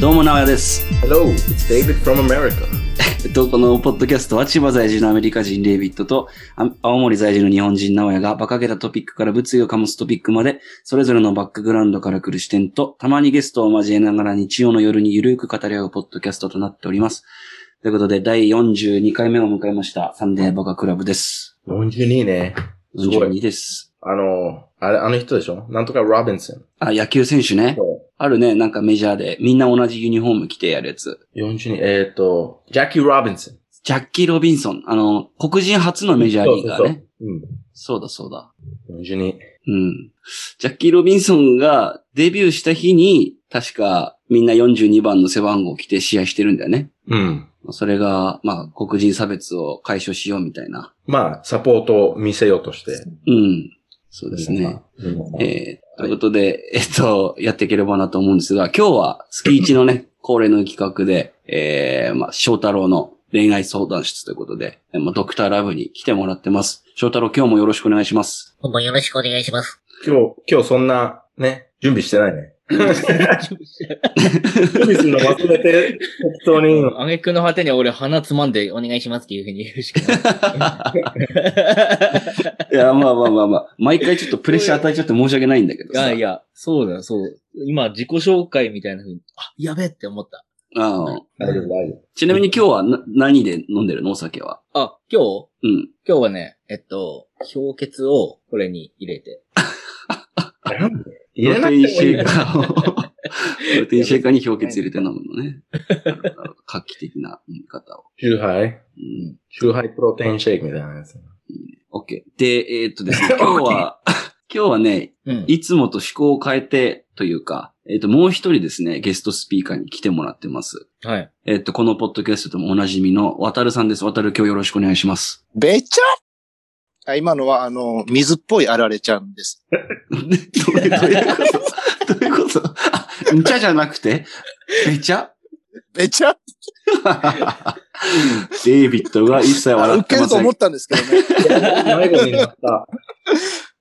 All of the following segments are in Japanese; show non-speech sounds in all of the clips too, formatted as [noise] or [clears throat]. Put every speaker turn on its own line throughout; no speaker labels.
どうも、長屋です。
Hello, it's David from America.
えっと、このポッドキャストは千葉在住のアメリカ人デイビッドとあ青森在住の日本人直哉が馬鹿げたトピックから物議を醸すトピックまでそれぞれのバックグラウンドから来る視点とたまにゲストを交えながら日曜の夜にゆるく語り合うポッドキャストとなっております。ということで第42回目を迎えましたサンデーバカクラブです。
42ね。すごい
42です。
あの、あれ、あの人でしょなんとかロビンソン。
あ、野球選手ね。
そ
あるね、なんかメジャーでみんな同じユニフォーム着てやるやつ。
う42、えっ、と、ジャッキー・ロビンソン。
ジャッキー・ロビンソン。あの、黒人初のメジャーリーガーね。そうだそうだ。
うん。42。
うん。ジャッキー・ロビンソンがデビューした日に、確かみんな42番の背番号を着て試合してるんだよね。
うん。
それが、まあ、黒人差別を解消しようみたいな。
まあ、サポートを見せようとして。
うん。そうですね。。えーということで、えっと、やっていければなと思うんですが、今日は月一のね、 [laughs] 恒例の企画で、えー、まあ、翔太郎の恋愛相談室ということで、えーまあ、ドクターラブに来てもらってます。翔太郎、今日もよろしくお願いします。
今晩よろしくお願いします。
今日、今日そんな、ね、準備してない [laughs] ね。準備するの忘れて、適当に。
あげくの果てに俺鼻つまんでお願いしますっていうふうに言うしかない。
いや、まあまあまあまあ、 [laughs] 毎回ちょっとプレッシャー与えちゃって申し訳ないんだけど
いや
さ。
いや、そうだよ、そう。今、自己紹介みたいなふうに、あ、やべえって思った。
ああ
大丈夫、大丈夫。
ちなみに今日はな何で飲んでるのお酒は。
あ、今日
うん。
今日はね、えっと、氷結をこれに入れて。
なんで
プ
入れ
ロ
なく
テイン
てもい
シ
い
ェーカーを。プロテインシェーカーに氷結入れて飲むのね。なるほどなるほど画期的な飲み方を。
チューハイ
うん。
チューハイプロテインシェイクみたいなやつ。
OK。で、えーっとですね、今日は、 [laughs] 今日はね、
うん。
いつもと趣向を変えてというか、えーっと、もう一人ですね、ゲストスピーカーに来てもらってます。
はい。
えーっと、このポッドキャストでもおなじみの、渡るさんです。渡る今日よろしくお願いします。
べちゃあ今のは、あの、水っぽいあられちゃんです。
ね [laughs] どういうどういうことどういうことあ、んちゃじゃなくて、べちゃ
べちゃ
デイビッドが一切
あ
笑
ウ
って
ケ
ま
ると
せん。
思ったんですけどね。 [laughs]
迷子になった。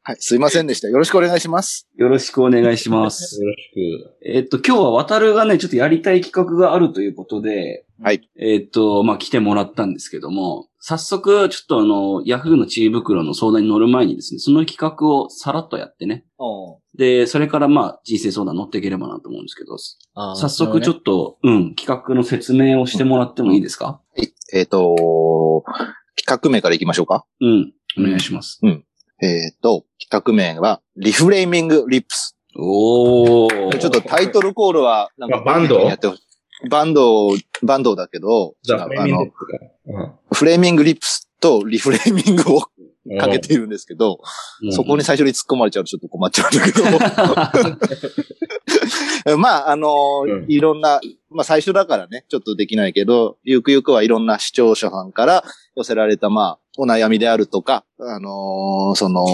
はい、すいませんでした。よろしくお願いします。
よろしくお願いします。
よろし
えっと、今日は渡るがね、ちょっとやりたい企画があるということで、
はい。
えっと、まあ、来てもらったんですけども、早速、ちょっとあの、ヤフーの知恵袋の相談に乗る前にですね、その企画をさらっとやってね、
おう
で、それからまあ、人生相談乗っていければなと思うんですけど、
あ
早速ちょ
と。
っと、うん、企画の説明をしてもらってもいいですか
えっ、と、企画名からいきましょうか。
うん。お願いします。
えっ、と、企画名は、リフレーミングリップス。
おお。ち
ちょっとタイトルコールは、なんか、
あバンド
やってほしいバンド、バンドだけど、
じゃあ、
あ
メイン
の、
デッ
フレーミングリップスとリフレーミングを
キか
かけているんですけど、そ
[laughs]
こに最初に突っ込まれちゃうとちょっと困っちゃうんだけど。まあ、あのー
うん
いろんな、まあ最初だからね、ちょっとできないけど、ゆくゆくはいろんな視聴者さんから寄せられた、まあ、お悩みであるとか、あのーその、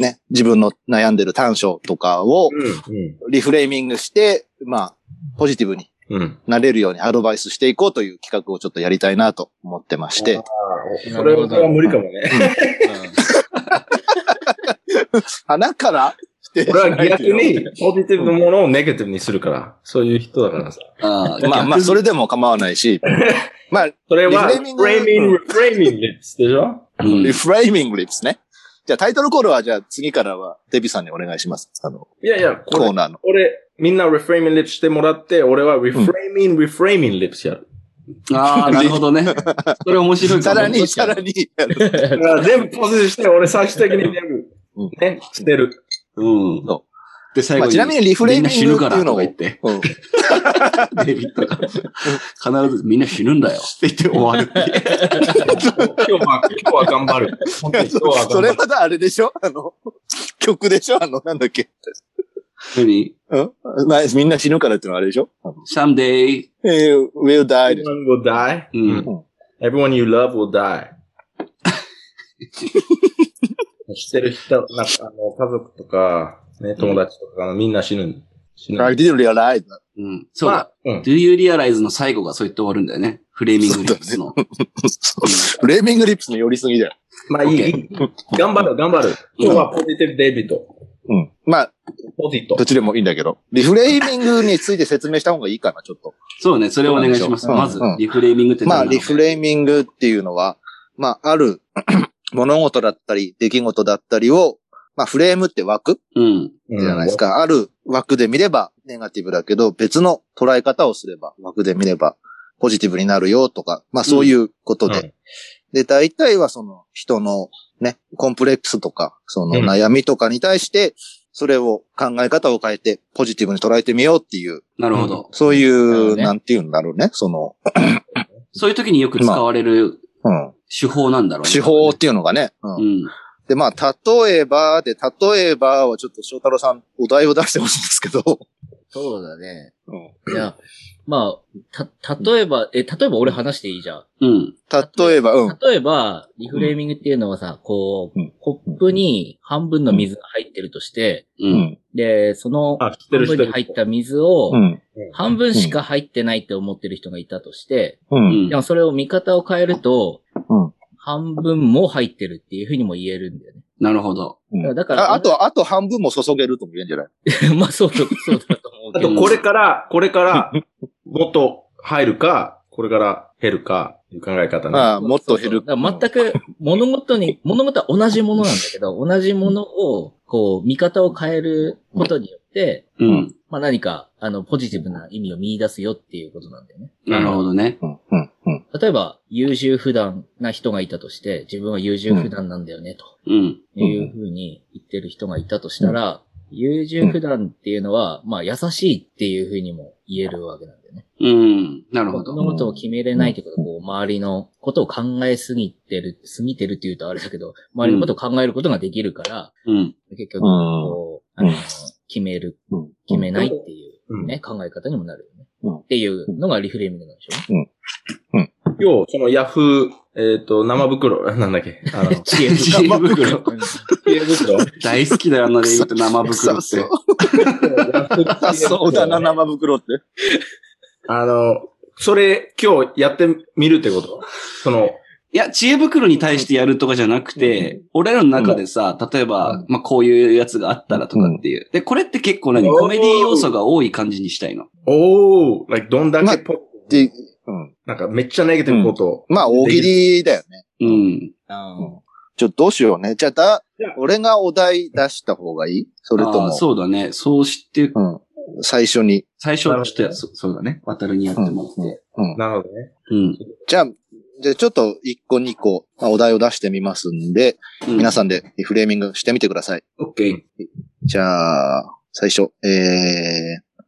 ね、自分の悩んでる短所とかを
うん。
リフレーミングして、まあ、ポジティブに
うん。うん。
なれるようにアドバイスしていこうという企画をちょっとやりたいなと思ってまして、
あそれは僕は無理かもね。
鼻から否定し
俺は
ない
逆
けど
に、ポジティブのものをネガティブにするから。そういう人だからさ。
あ
まあまあ、それでも構わないし、まあ、
それは、
リ
フ
フレーミング
レーミング、フレーミングリップスでしょ
うん
リフレーミングリップスね。じゃあタイトルコールはじゃあ次からはデビさんにお願いします。あの、
いやいや、こ
コー
れ、
ナーの。
俺、みんなリフレーミングリップスしてもらって、俺はリフレーミング、リフレーミングリップスやる。
ああ、なるほどね。それ面白いか
[laughs] さ
も [laughs]
らに、
確か
さらに、
だから [laughs] 全部ポジティブして、俺最終的に全
うん
部、ね、捨てる。
うん
そ。
で、最
ま
後
あ、ちなみにリフレーミングって
みんな死ぬか
い
ら
うの
と
を
か言って、
うん
デビットが。必ずみんな死ぬんだよ。って言って終わるっていう。
今日は、今日は頑張る。本当に今日は頑張る
[laughs] [laughs] それまたあれでしょ [laughs] あの、曲でしょあの、なんだっけ。
[laughs] 何
うんまあみんな死ぬからっていうのはあれでしょあの
?someday,
えー、will die でしょ
Everyone will die.
うん
Everyone you love will
[laughs]
die. 知ってる人、なんかあの家族とか、ね、友達とか、あのみんな死ぬ。死ぬ。
I didn't realize.
うん。そう
ま
だ
あ。、うん。
do you realize の最後がそう言って終わるんだよね。フレーミングリップスの。
フレーミングリップスの寄りすぎだよ。
まあいい。いい頑張る、頑張る。今日はポジティブデイビッド。
うん。まあ、
ポジット
ど。っちでもいいんだけど。リフレーミングについて説明した方がいいかな、ちょっと。
そうね、それをお願いします。
そうな
ま
んです
ず
ようんう、ん
リフレーミングって
まあ、
何なの
リフレーミングっていうのは、まあ、ある [clears throat] 物事だったり、出来事だったりを、まあ、フレームって枠
うん。
じ
じゃないです。か。ある枠で見ればネガティブだけど、別の捉え方をすれば、枠で見ればポジティブになるよとか、まあ、そういうことで。
うん
で、大体はその人のね、コンプレックスとか、その
うん
悩みとかに対して、それを考え方を変えて、ポジティブに捉えてみようっていう、
なるほど。
そうい
なるほど
う、
ね
なんていうんだろうね、その、
そういう時によく使われる
うん、
手法なんだろうね。
手法っていうのがね、うん
うん。
で、まあ、例えば、で、例えばはちょっと翔太郎さんお題を出してほしいんですけど。
そうだね。
うん
いや、まあ、た、例えば、え、例えば俺話していいじゃん。
うん。
例えば、うん。
例えば、リフレーミングっていうのはさ、こ
うん
う、コップに半分の水が入ってるとして、
う。
うんん。
で、その
あ、知って
半
る知っ
分
て
に
る。
入った水を
う、ん。
半分しか入ってないって思ってる人がいたとして、
う。
うんん
でもそれを見方を変えると
うん、
半分も入ってるっていうふうにも言えるんだよね。
なるほど。
うん
だから
あ、あと、あと半分も注げるとも言えんじゃない
[laughs] まあ、そうだ、そうだと思う
あ
けど
と、。これから、これから、もっと入るか、これから減るか、いう考え方ね。
ああ、もっと減る。
だから全く物事に、物事は同じものなんだけど、同じものを、こう、見方を変えることによって、
うん。
まあ何か、あの、ポジティブな意味を見出すよっていうことなんだよね。
なるほどね。
うん。うん。うん。
例えば、優柔不断な人がいたとして、自分は優柔不断なんだよね、と
うん。
いうふうに言ってる人がいたとしたら、優柔不断っていうのは、まあ優しいっていうふうにも言えるわけなんだよね。
うん。なるほ
物
ど。
事を決めれないってことは、こう、周りのことを考えすぎてる、過ぎてるって言うとあれだけど、周りのことを考えることができるから、
うん。
結
う
局、
ん。
こう、あの
うん、
決める、
うん
決めないっていううんね、考え方にもなるよね。
うん
っていうのがリフレーミングなんでしょ
今日、そのヤフー、えっ、と、生袋、なんだっけ。
[laughs]
あの、
知
[laughs]
恵袋。
うね。
知恵袋。
大好きだよ、あのレイブと生 [laughs] 袋
臭
って。
そう。臭 [laughs] そうだな、生袋って。
あの、それ、今日やってみるってことその、
いや、知恵袋に対してやるとかじゃなくて、俺らの中でさ、例えば、まあ、こういうやつがあったらとかっていう。で、これって結構何
おー
コメディ要素が多い感じにしたいの。
おー、like, どんだけポッ、
で、うん。
なんかめっちゃ投げてることを。
まあ、大喜利だよね。
うん。
うん
ちょっとどうしようね。じゃあ、だ、俺がお題出した方がいいそれと
ああー、
も、
そうだね。そうして、
うん。最初に。
最初はちょっとやそ、そうだね。渡るにやってもらって。
うん。
なるほどね。
うん。
じゃあ、じゃあちょっと1個2個、まあお題を出してみますんで、皆さんでリフレーミングしてみてください。
ん。オッケー。
じゃあ、最初、えー、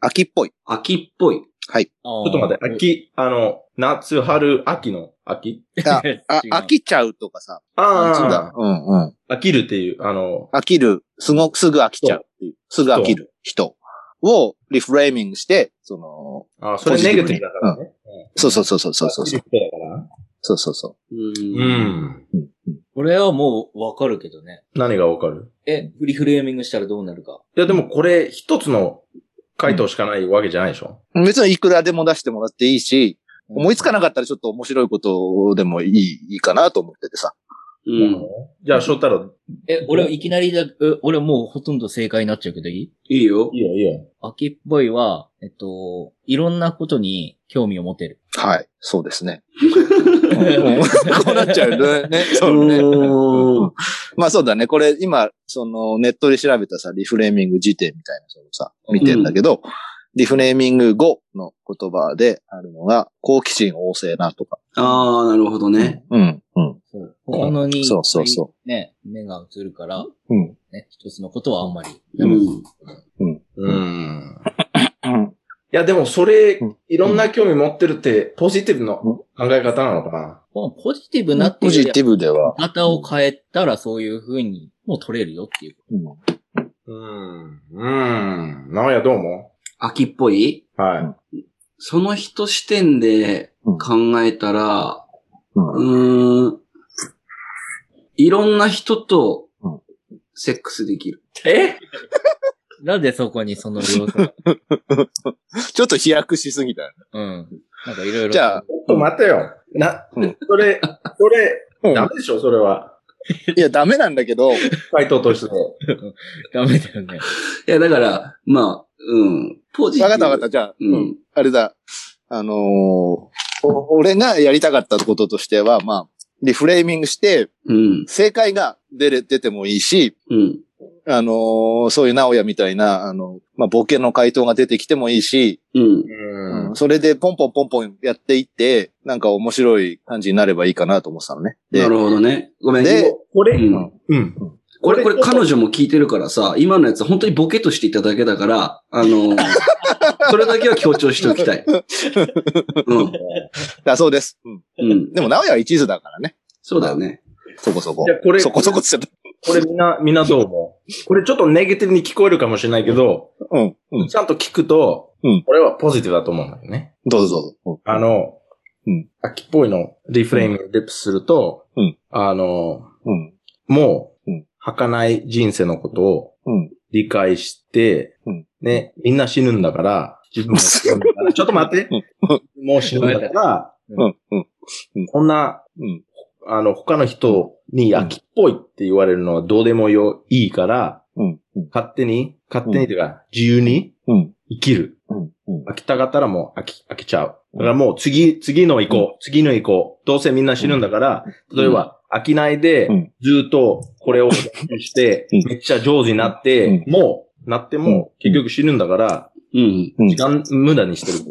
秋っぽい。
秋っぽい。。
ち
ち
ょ
ょっと待って、秋、あの、夏、春、秋の秋
ああ、
違う
飽きちゃうとかさ。そうだ
あ。
うんうん。
あ、飽きるっていう、あの、
飽きる、すごくすぐ飽きちゃうっていう。すぐ飽きる人をリフレーミングして、その、
あそれネガティブだからね。
そうそうそうそうそうそううんそ
ネ
う。
ガティブだから
そうそうそう
うんん。
う。うんうん
俺はもうわかるけどね。
何がわかる
え、リフレーミングしたらどうなるか。
いや、でもこれ一つの回答しかないわけじゃないでしょ、
別にいくらでも出してもらっていいし、思いつかなかったらちょっと面白いことでもいい、いいかなと思っててさ。
う。
うんじゃあ、翔太郎。
え、俺いきなりだ、え俺もうほとんど正解になっちゃうけどいい
いいよ。
いいよ、いいよ。
秋っぽいは、えっと、いろんなことに興味を持てる。
はい。そうですね。うんうんこうなっちゃうよね。そうね。
おー
まあそうだね。これ今、そのネットで調べたさ、リフレーミング辞典みたいな、そのさ、見てんだけど、リフレーミング後の言葉であるのが、好奇心旺盛なとか。
ああ、なるほどね。
うん、うん、
そう。他のに、
そうそうそ
ね、目が映るから、
うん。
ね、一つのことはあんまり。
うん。
うん。
うん、
いや、でもそれ
うん、
いろんな興味持ってるって、ポジティブの考え方なのかな、
もうポジティブなって
ポ
いう
ジ
よ
テ
り
ィブでは、
は、方を変えたらそういう風にもう取れるよっていう。
うん
うん。うん。なんや、どうも
秋っぽい
は
その人視点で考えたら、
う
うー
ん
ん。いろんな人と
うん、
セックスできる。
い。え
[laughs] なんでそこにその要素が
ちょっと飛躍しすぎたよね。
うん。なんかいろいろ。
じゃあ、
ちょっと待てよ。な
うん、
それ、それ、
うん
ダメでしょ、それは。
いや、ダメなんだけど、
回答として。
[laughs] ダメだよね。
いや、だから、まあ、うん。ポジティ
わ
ブ。
かったわかった。じゃあ、
うん。
あれだ、あのーお俺がやりたかったこととしては、まあ、リフレーミングして、
うん。
正解が出れ、出てもいいし、
うん。
あのーそういう直哉みたいな、あの、まあ、ボケの回答が出てきてもいいし、
うん。
うん。
それでポンポンポンポンやっていって、なんか面白い感じになればいいかなと思ってたのね。で
なるほどね。ごめん。
で
こ
う
れ、
ん。
うん。
これ、これ彼女も聞いてるからさ、今のやつ本当にボケとしていただけだから、あの
[laughs]
ーそれだけは強調しておきたい。うん。
だそうです。うん、
うん。
でも直哉は一途だからね。
そうだよね。
そこそこ
いや。これ
そこそこって言っち
これみんな、みんなどう思うこれちょっとネガティブに聞こえるかもしれないけど、
ゃった。うん。うん。
ちゃんと聞くと、
うん
俺はポジティブだと思うんだよね。
どうぞどうぞ。うん
あの、
うん
秋っぽいのリフレーミングリップすると、
うん
あの、
うん。
もう
うん、
儚い人生のことを
うん。
理解して、
うん
ね、みんな死ぬんだから、自分も死ぬんだ
[laughs]
から、ちょっと待って
うん、
もう死ぬんだから、
うん。うん。
こんな、
うん。
あの、他の人に秋っぽいって言われるのはどうでもよいいから、
うん。うん。
勝手に、勝手にというか、自由に
うん。
生きる。
うん。うん。
飽きたかったらもう飽き、飽きちゃう。だからもう次、次の行こう。次の行こう。どうせみんな死ぬんだから、例えば飽きないで
うん、
ずっとこれを練習して
うん、
めっちゃ上手になって、もう、なっても結局死ぬんだから、
うん。
うん
時間無駄にしてるか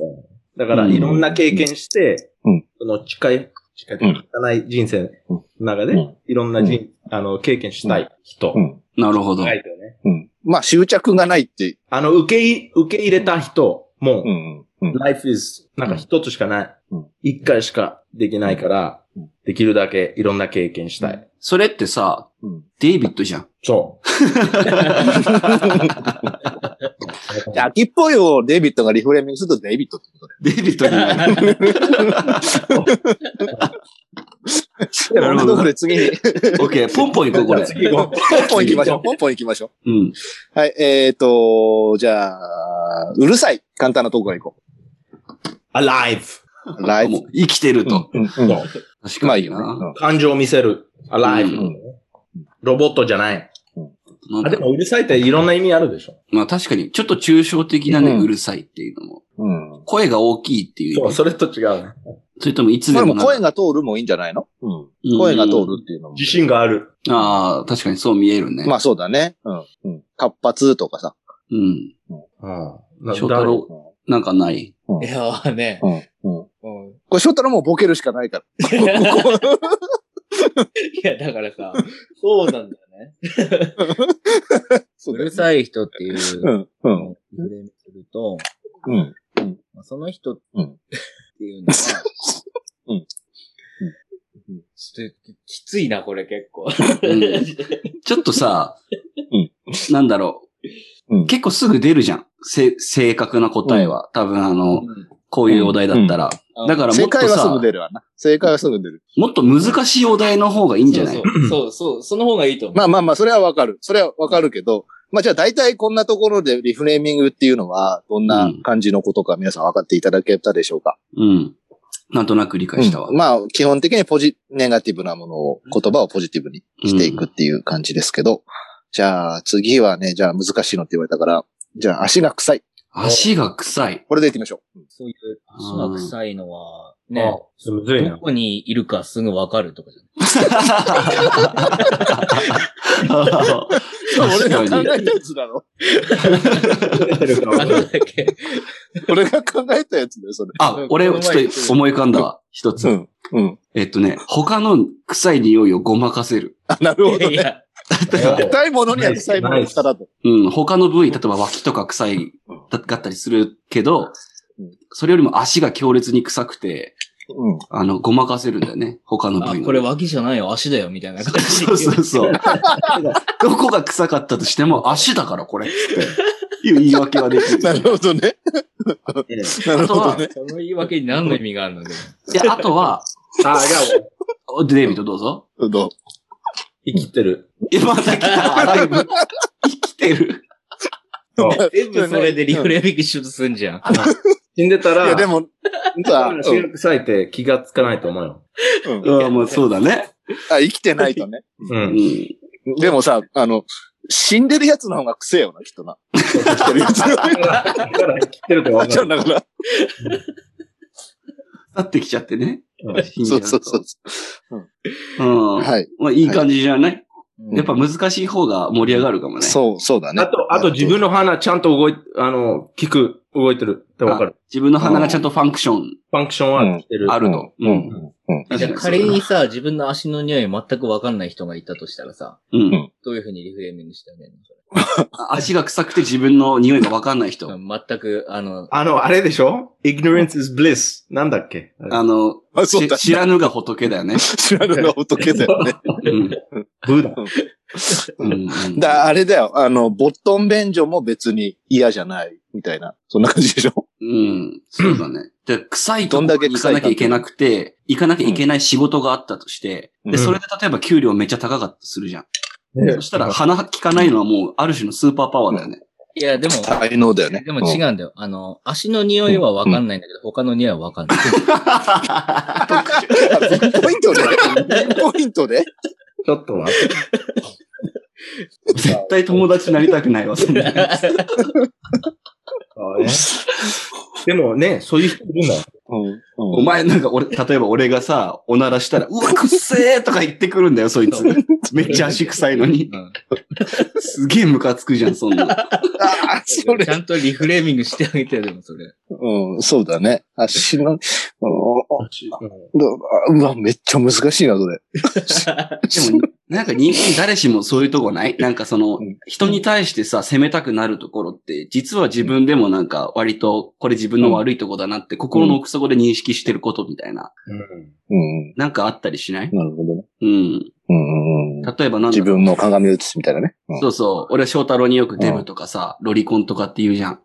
ら。だから
うん
いろんな経験して
うん、
その近い、近いというか、汚い人生の中
う
で
ん、
いろんな人、あの、経験したい人。
うん
なるほど。
はいだよね。
うん。まあ、執着がないって。
あの、受けい、受け入れた人も
う、ん。うん。
life is なんか一つしかない
うん。
一、回しかできないから
うん、
できるだけいろんな経験したい。
それってさ、
うん。
デイビッドじゃん。
そう。
じゃあ、秋っぽいをデイビッドがリフレーミングするとデイビッドってことだよ。
[laughs] デイビッドになる。なるほど
これ次 [laughs] に、
[laughs] オッケー、ポンポン行こう、こ [laughs] れ。
次行こう
ポンポン行きましょう。ポンポン行きましょ
うん。
う。はい、えーと、じゃあ、うるさい。簡単なとこから行こ
alive。
う。ライ
も
ブ。
う生きてると。
うん。うん
そう
確
ま
か
あいい
に
よ
な。
ね。
感情を見せる。alive、
うん
ロボットじゃない。
なん
あ、
だ
でもうるさいっていろんな意味あるでしょ。
まあ確かに、ちょっと抽象的なね、
うん
うるさいっていうのも。
うん。うん
声が大きいっていう
そ
意
う、
味。
それと違うね。
それともいつ
ま
で
あで
も
も
なんか
声が通るもいいんじゃないのうん。声が通るっていうのも。
自信がある。
ああ、確かにそう見えるね。
まあそうだね。うん。うん。活発とかさ。
うん。
うん。な
翔太郎なんかない。
いやーね。
うん。うん。
[laughs] うん
これ、翔太郎もうボケるしか [laughs] ないから。
いや、だからさ、そうなんだよね。
そうだよ
るさい人っていう
う
フ
ん。うん。
レームすると、
うん。
まあその人っ
うん
ていうのは、
うんうん
ちょっときついな、これ結構。
[laughs]
うんちょっとさ
うん、
なんだろ
う
う。
ん
結構すぐ出るじゃん。せ、正確な答えは。多分あの、こういうお題だったら。
うん
だからも
正
っと
解はすぐ
さ、
出るわな。正解はすぐ出る。
もっと難しいお題の方がいいんじゃない
そうそうそう、そう、その方がいいと思う。
まあまあまあ、それはわかる。それはわかるけど、まあじゃあ大体こんなところでリフレーミングっていうのは、どんな感じのことか皆さん分かっていただけたでしょうか。
うん。なんとなく理解したわ。
まあ、基本的にポジ、ネガティブなものを、言葉をポジティブにしていくっていう感じですけど、じゃあ次はね、じゃあ難しいのって言われたから、じゃあ足が臭い。
足が臭い。
これでいってみましょう。
そういう足が臭いのは、
ね。
ね
あ、むずい
ど
な。
こにいるかすぐわかるとかじゃ
確かに
俺が考。えたやつだろ。
ない。
[laughs]
あのだけ。
俺が考えたやつだよ、それ。
あ、俺、ちょっと思い浮かんだわ。一
う
つ。
ん。うん。
えっとね、他の臭い匂いをごまかせる。
あ、なるほど
い
ね。
や、
臭いものには臭いものをしただと。
うん、他の部位、例えば脇とか臭いだかったりするけど
うん、
それよりも足が強烈に臭くて、
うん。
あの、ごまかせるんだよね。他の
あ
部位、の。
これ脇じゃないよ、足だよ、みたいな感じ。
そうそう
[laughs]
そう。どこが臭かったとしても、足だからこれっつっていう言い訳はできる。
[laughs] なるほどね。なるほどね。
その言い訳に何の意味があるのでも。
いや、あとは、
あ、じゃあ、
おデイビッドどうぞ。
どう
生きてる。
え、また来た。ライブ生きてる。
[laughs] 全部それでリフレーミングしようとすんじゃん。
死んでた
い
ら、
や、でも、さ、
足が臭いって気がつかないと思うよ。
うん
うん、もうそうだね。
あ、生きてないとね。
う。
うんん。
でもさ、あの、死んでるやつの方がくせえよな、きっ
[laughs]
とな。生きてるやつの方が。
だから生きてるって
なっ
わ
ちゃ
か
うん
る。
だから。
去ってきちゃってね。
うん
そうそうそう。
うん。
はい。
まあ、いい感じじゃない、
うん
やっぱ難しい方が盛り上がるかもね。う。
そう、そうだね。
あと、あと自分の鼻ちゃんと動い、あの、聞く、動いてるってわかる。
自分の鼻がちゃんとファンクション
ファンクションはしてる。
あると。
うん
うん。
じゃあ仮にさ、自分の足の匂い全くわかんない人がいたとしたらさ、
うん。
どういうふうにリフレーミングしてあげるのそ
あ足が臭くて自分の匂いがわかんない人。
れ全く、あの、
あの、あれでしょ ?ignorance is bliss. なんだっけあれ
あの、
あそう
し
だ
知らぬが仏だよね。
知らぬが仏だよね。
うん。
ブーダ。
うん [laughs] うん
だ、あれだよ。あの、ボットン便所も別に嫌じゃない、みたいな。そんな感じでしょ
うん。そうだね。で、臭いとこ
どんだけ
に行か
臭い
な
か
きゃいけなくて、行かなきゃいけない仕事があったとして、
うん
で、それで例えば給料めっちゃ高かったとするじゃん。
ね
[laughs] そしたら鼻効かないのはもうある種のスーパーパワーだよね。
いや、でも、
才能だよね。
でも違うんだよ。あの、足の匂いはわかんないんだけど、他の匂いはわかん [laughs] ない。
うん。ポイントでポイントで
ちょっと待って。
[laughs] 絶対友達になりたくないわ、そんなやつ
[laughs] でもね、そういう人いるんだよ。
うん。
[laughs] お前なんか俺、例えば俺がさ、おならしたら、うわ、くっせーとか言ってくるんだよ、そいつ。めっちゃ足臭いのに。
うん
すげえムカつくじゃん、そ [laughs] んな。
ああ、それ
ち。ゃんとリフレーミングしてあげてよ、でもそれ。 [laughs]
うん、そうだね。足の、うんあどあうわ、めっちゃ難しいな、それ。
でも、なんか人間誰しもそういうとこないなんかその
うん、
人に対してさ、責めたくなるところって、実は自分でもなんか割と、これ自分の悪いとこだなって、心の奥底で認識してることみたいな、
うん。
なんかあったりしない
なるほどね。
うん。
うんうんうん。
例えばなんだ
自分の鏡映すみたいなね。うん
そうそう。俺は翔太郎によくデブとかさ、ロリコンとかって言うじゃん。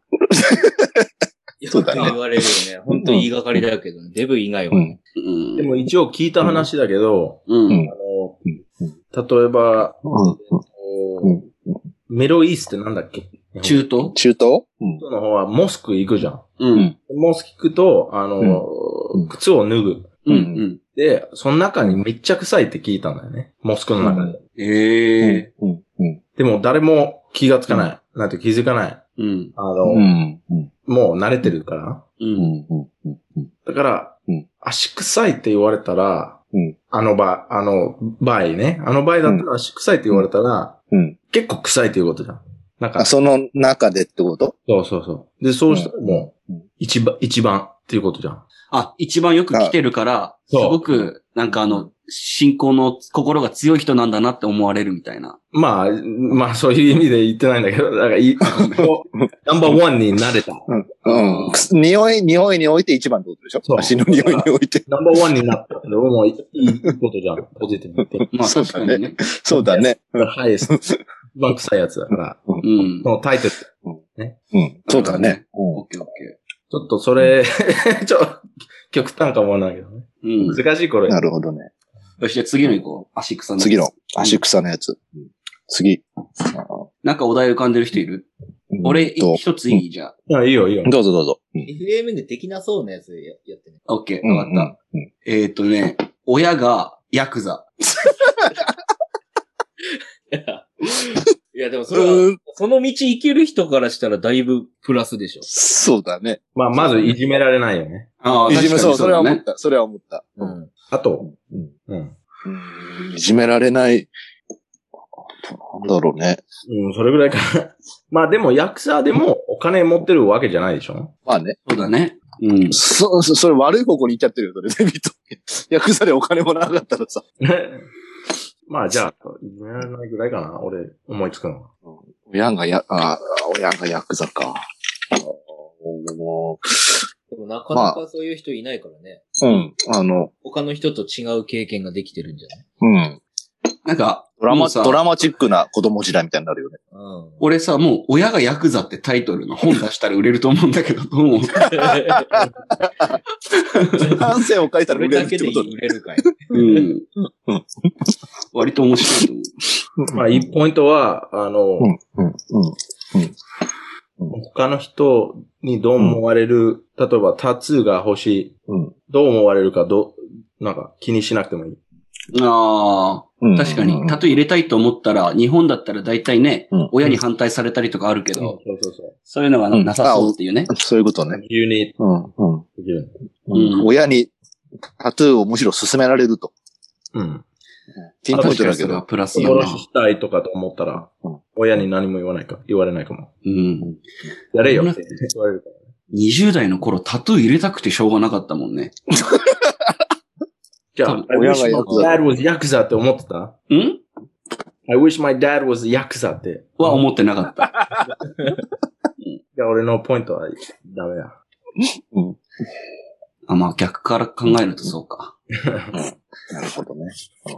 そうだね
よく言われるよね。本当に言いがかりだけどね。デブ以外はね。
うん。
でも一応聞いた話だけど、
うん。
あの、例えば、
うん
こう
うん
メロイースってなんだっけ
中東
中東うん
東の方はモスク行くじゃん。
うん。
モスク行くと、あの、
うん
靴を脱ぐ。
う。
う
う
ん
んん。
で、その中にめっちゃ臭いって聞いたんだよね。モスクの中で。
ええ。
うんうん
でも誰も気がつかない。なんて気づかない。
うん。
あの、
うんうん
もう慣れてるから。
う。
うんんうんうん
だから、
うん
足臭いって言われたら、
うん
あの場、あの場合ね。あの場合だったら足臭いって言われたら、
うん
結構臭いっていうことじゃん。なんか、
あ、その中でってこと
そうそうそう。で、そうしたらもう
うん、
一番、一番っていうことじゃん。
あ、一番よく来てるから、す
そう
ごく、なんかあの、信仰の心が強い人なんだなって思われるみたいな。
まあ、まあ、そういう意味で言ってないんだけど、だからい、こうナンバーワンになれた。
うん。くす匂い、匂いにおいて一番ってことでし
そ
ょ
う
足の匂いにおいて。
ナンバーワンになったって、もういいいことじゃん。ポジティブに。
まあ
そう
確か
だね
にね。
そうだね。
ハイエスト。一番臭いやつだから。
うん。
のタイトル。ち
うん。そうだね。
オッケーオッケ
ょっとそれ、 [laughs] ちょ、極端かもなんだけどね。
ー。うん。
難しいこれ。
なるほどね。
よし、じゃあ次の行こう。足草の。
次の。足草のやつ。うん次。
なんかお題浮かんでる人いる
うん
俺、
と
一ついいじゃあ。
あいいよ、いいよ。
どうぞどうぞ。うん
リフレーミングできなそうなやつややってね。
オッケー、
うん
わかった。。
うん
えっとね、親がヤクザ。
いや、でもそれは、
うん
その道行ける人からしたらだいぶプラスでしょ。
そうだね。
まあ、まずいじめられないよね。
あ
いじめ、そう、それは思っ
ね。
た。それは思った。
うん。
あと、
うん
うん。
うんいじめられない。なんだろうね。
うん、それぐらいかな。 [laughs] まあでも、ヤクザでもお金持ってるわけじゃないでしょ
まあね。
そうだね。うん。
そ、そそれ悪い方向に行っちゃってるよ、それね、ビット。ヤクザでお金もなかったらさ。
まあじゃあ、いじめられないぐらいかな、俺、思いつくのは。
親がや、あ親がヤクザか。あーも
でもなかなかそういう人いないからね。
う、うん、あの、
他の人と違う経験ができてるんじゃない
うん。
なんか、
ドラ
もう
マ、
さ
ドラマチックな子供時代みたいになる
[laughs]
よね。
うん。
俺さ、もう、親がヤクザってタイトルの本出したら売れると思うんだけど、どう思
反省を書いた
そ
ら
れ
売れ
だ
るって
けで
こと
売れるかい。
ううん
うん。
割と面白いと思う。
まあ、いいポイントは、あの、
うん、うん、うん。
他の人にどう思われる、例えばタトゥーが欲しい、
うん
どう思われるか、どう、なんか気にしなくてもいい。
ああ、確かに。タトゥー入れたいと思ったら、日本だったら大体ね、
うん
親に反対されたりとかあるけ
そう
ど、
そうそ
そういうのは
うん
なさそうっていうね。
そういうこと
う。
ね。
自由に
うん、うん。
できる。
うん
親にタトゥーをむしろ勧められると。
うん。
ピン
あ
ポイン
確か
ト
に
だ
そ
け
れは
ど。
プラス
殺
よな。
ししたいとかと思ったら
うん、
親に何も言わないか、言われないかも。
うん。
やれよって言われるから。
20代の頃、タトゥー入れたくてしょうがなかったもんね。
じゃ
多
あ
分、
I
親
wish
が
my
ヤクザ
dad was yakuza って思ってた
ん
?I wish my dad was yakuza って。
は思ってなかった。
じゃあ俺のポイントはダメだ。
うん。
あ、まあ逆から考えるとそうか。
なるほどね。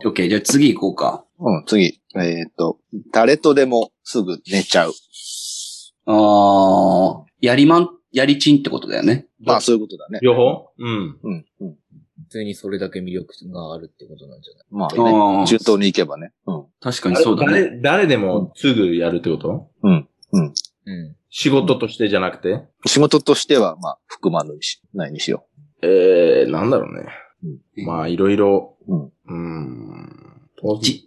OK、じゃあ次行こうか。
うん、次。えーっと、誰とでもすぐ寝ちゃう。
あー、やりまん、やりちんってことだよね。
まあ、そういうことだね。
両方うん。
うん、うん。
普通にそれだけ魅力があるってことなんじゃない
まあね、
あ
中
ー、
東に行けばね。うん。
確かにそうだね。
誰、誰でもすぐやるってこと
うん。
仕事としてじゃなくて
仕事としては、まあ、含まぬにし、ないにしよ
えー、なんだろうね。
うん
まあ、いろいろ。
うん
うん。ポジ
じ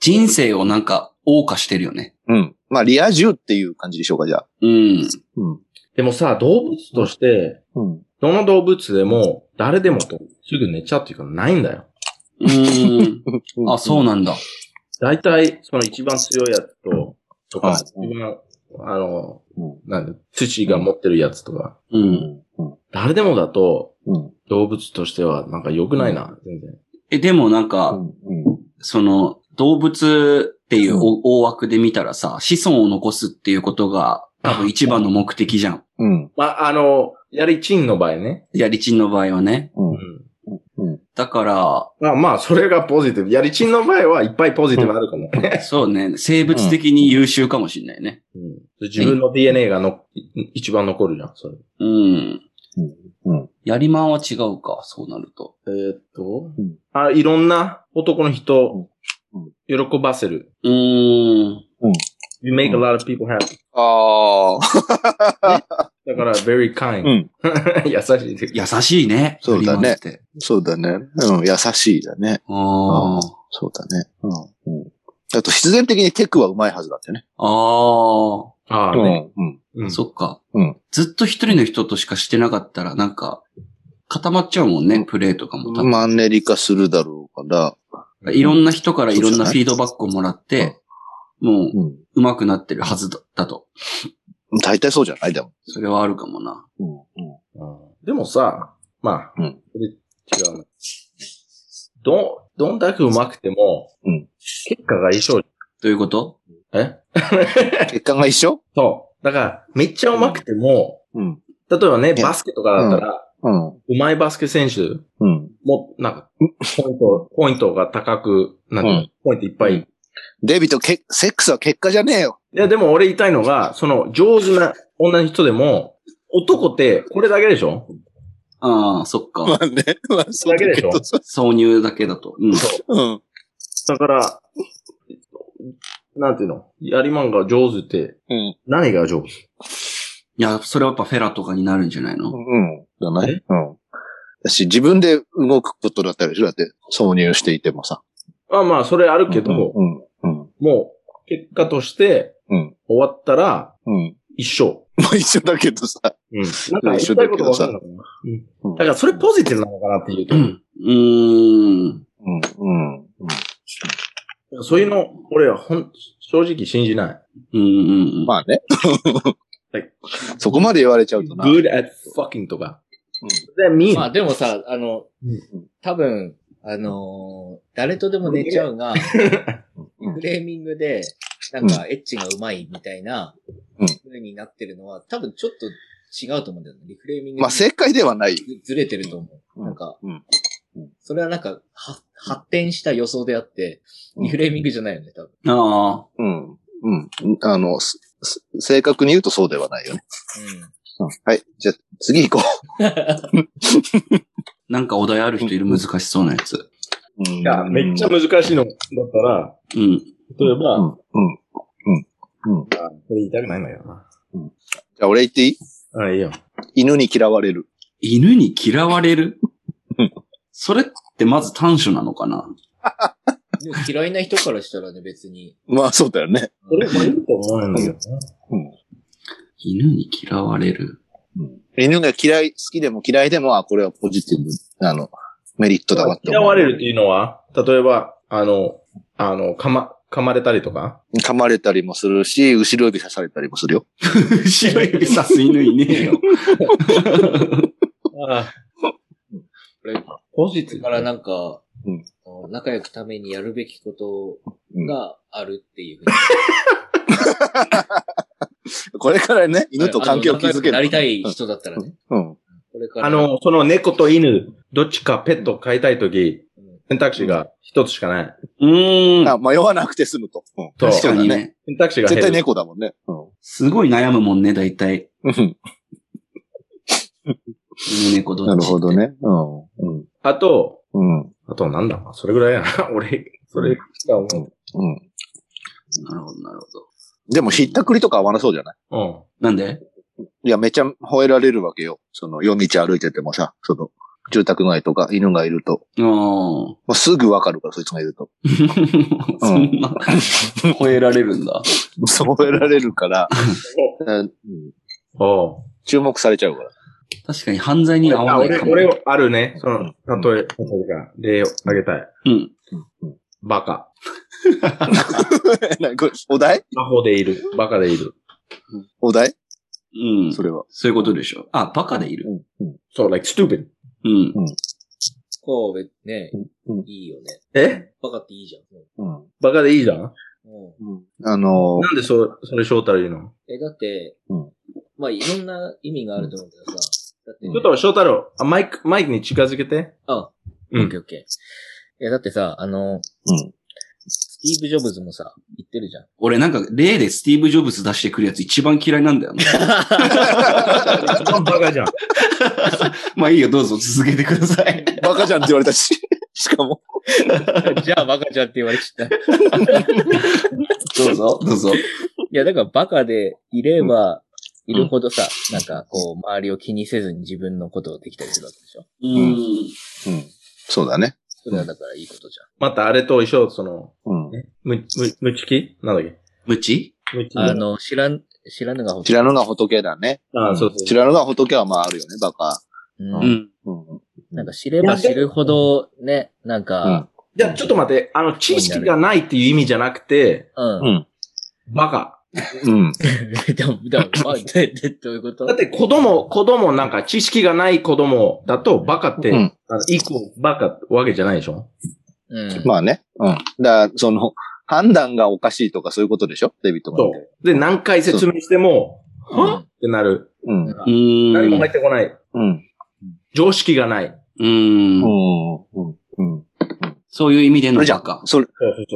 人生をなんか、謳歌してるよね。
う。うん。まあ、リア充っていう感じでしょうか、じゃあ。
うん。
うん。
でもさ、動物として、
うん。
どの動物でも、誰でもとすぐ寝ちゃうっていうかないんだよ。
うー
[laughs]
ん。あ、そう
う。
なんだ。
大体、その一番強いやつと、と
は
か
い、
一番、あの、
うん。
なんだ、土が持ってるやつとか、
う。
うんん。うん。
誰でもだと、
うん。
動物としては、なんか良くないな、全然。
え、でもなんか、
うん。
その、動物っていう
うん
お大枠で見たらさ、子孫を残すっていうことが、多分一番の目的じゃ
[laughs]
ん。
うん。
まあ、あの、やりちんの場合ね。
やりちんの場合はね。
う。
うんん。
だか
まあまあ、それがポジティブ。やりちんの場合はいっぱいポジティブあるかもね。
ら、そうね、生物的に優秀かもしんないね。
うん自分の DNA がの、一番残るじゃん、それ。
うん。
うん。
やりまんは違うか、そうなると。
えーっと、
うん
あ、いろんな男の人を
うん
喜ばせる。
うーん。
You make a lot of people happy.
あ
だから、very
あ。
kind.
うん。
[laughs] 優しいです。
優しいね。
そう
や
だね
りまんって
そうだね。うん。優しいだね。
あー
そうだね。うん。うん。あと、必然的にテクはうまいはずだってね。
あー。
ああ、
う
ね。
ん。うん。
うん
そっか。
うん
ずっと一人の人としかしてなかったら、なんか、固まっちゃうもんね、
うん
プレイとかも多分。
マンネリ化するだろうから。
いろんな人からいろんなフィードバックをもらって、もう
うん。
上手くなってるはずだだと。
大体そうじゃないでも。
それはあるかもな。
うん。うん。
でもさ、まあ、
うん
これ違うな。ど、どんだけ上手くても、
うん
結果が一緒。
どういうこと
え
結果が一緒
そう。だから、めっちゃ上手くても、
うん。
例えばね、
ね
バスケとかだったら、
うん。
上手いバスケ選手
うん。
も、なんか、ポイント、ポイントが高く、なんていうの
う
ポイントいっぱい。
うん
い
デビとけ、セックスは結果じゃねえよ。
や、でも俺言いたいのが、その、上手な女の人でも、男って、これだけでしょ
ああ、そっ
[laughs]
か。
あね。まあ、そ
だけでしょ
挿入だけだと。うん。
うん。
だから、なんていうのやりまんが上手って、
うん。
何が上手
いや、それはやっぱフェラとかになるんじゃないの、
うん。じゃな
え
いうん。だし、自分で動くことだったりするだって、挿入していてもさ。
まあまあ、それあるけど、
うん。うん。
もう、結果として、
うん。
終わったら、
[laughs] うん。
一緒。
まあ一緒だけどさ。
うん。なんか、言いたいことわかるのかなうんだから、それポジティブなのかなっていうと
う、ん、うーん。
うん。うん。うん。
そういうの、俺はほん、正直信じない。
うんうんうん。
まあね
はい。
そこまで言われちゃうとな。
good at fucking とか。
うん
That mean?
まあでもさ、あの
うん、
多分、あのー誰とでも寝ちゃうが、
うん
フレーミングで、なんか、エッチが上手いみたいな、
うん
風になってるのは、多分ちょっと違うと思うんだよね。リフレーミング
まあ正解ではない。
ずずれてると思う。
うん
なんか
うんうん、
それはなんか、は発展した予想であって、
うん
リフレーミングじゃないよね、多分。
あ
うん。うん。あの、すす正確に言うとそうではないよね。うんはい。じゃあ、次行こ
あ。なんかお題ある人いる難しそうなやつ。
う。い
いや、めっちゃ難しいのだったら、
うん。
例えば、
うん。うん。うん。うん。じ
あこれ言いたくないんだけどな。
ゃあ、俺言っていい
あ、いいよ。
犬に嫌われる。
犬に嫌われる
うん
それってまず短所なのかな
でも嫌いな人からしたらね、別に。
まあそうだよね。
それもいいと思うんだけどね。
犬に嫌われ
[laughs]
る。
犬が嫌い、好きでも嫌いでも、あ、これはポジティブ、あの、メリットだわって
嫌
思う。
われるっていうのは、例えば、あの、あの、噛ま、噛まれたりとか。
噛まれたりもするし、後ろ指刺されたりもするよ。
後ろ指さす犬いねえよ。
[laughs]
ああ。
これ、だ
ポジティブ。
からなんか、
うん
あの仲良くためにやるべきこと
うん
があるっていうふう
これからね、
に。
犬と関係を築ける。
あの仲良くなりたい人だったらね。
うん。
これから。
あの、その猫と犬、どっちかペット飼いたいとき、
うん、
選択肢が一つしかない。
うーん。
あ迷わなくて済むと。うん
と、
確か
選
に
そうだ
ね。
択肢が減
絶
る。
対猫だもんね。
すごい悩むもんね、大体。
うん。
犬猫どっち。
なるほど。ね。うん。うん。
あと、
うん。
あとなんだそれぐらいやな。 [laughs] 俺、それしか思。
うん。
なるほど、なるほど。
でも、ひったくりとか合わなそうじゃないう
うん。
なんで
いや、めちゃ吠えられるわけよ。その、夜道歩いててもさ、その、住宅街とか犬がいると。
ああ。
もうすぐわかるから、そいつがいると。
[laughs] そん
[laughs]
な、吠えられるんだ。
そう吠えられるから、うん
おう
注目されちゃうから。
確かに犯罪には合わ
あ
ない
俺、
かも。
俺、あるね。その、
うん
例え、例えが、例をあげたい。
うん。
バカ。
[laughs] 何これお題
魔法でいる。バカでいる。
お題
うん。
それは。
そういうことでしょ。あ、バカでいる。
うんうん
そう、like stupid.
うん。
神戸ね、
うん
いいよね。
え
バカっていいじゃん。うん
うん
バカでいいじゃん
うん
あの
なんでそ、それ翔太言うの
え、だって、
うん
まあ、いろんな意味があると思うけどさ。だって、
ち
ちょっと翔太郎、あマイク、マイクに近づけて。
あ、
う
オッケ
ん。
ーオッケー。いや、だってさ、あの、
ー、
スティーブ・ジョブズもさ、言ってるじゃん。
俺なんか、例でスティーブ・ジョブズ出してくるやつ一番嫌いなんだよ
[laughs]
ね。
一番バカじゃん。
まあいいよ、どうぞ続けてください。
うん。バカじゃんって言われたし。 [laughs] しかも。。
[laughs] じゃあ、バカじゃんって言われちゃった。い [laughs]
どうぞ、どうぞ。
や、だから、バカでいれば、いるほどさ、なんか、こう、周りを気にせずに自分のことをできたりするわけでしょ。
うん
うん。そうだね。
それはだからいいことじ
またあれと一緒、その、
うん。
む、む、むちきなんだっ
無知
けむちき
ゃん。あ、の、知らん、知らぬがほ
知らぬが仏だね。
あ、そう
知
そう。
らぬが仏はまああるよね、バカ。
う
う。
んん。
うん。
なんか、知れば知るほど、ね、なんか、
じゃあちょっと待って、あの、知識がないっていう意味じゃなくて、
うん。
うん
バカ。
うん。
[laughs] でも、でも、まあ、で、で、どういうこと
だって子供、子供なんか知識がない子供だとバカって、
うん
あの、イコールバカわけじゃないでしょ
うん。
まあね。うん。だから、その、判断がおかしいとかそういうことでしょデビットが。
そう。で、何回説明しても、
うん
はってなる。
うん。
う
何も
ん
入っ。てこない。
うん。
常識がない。
うん。
うん。うん。
そういう意味で
そ
の
れじ
バ
ゃ
カ、。
それ、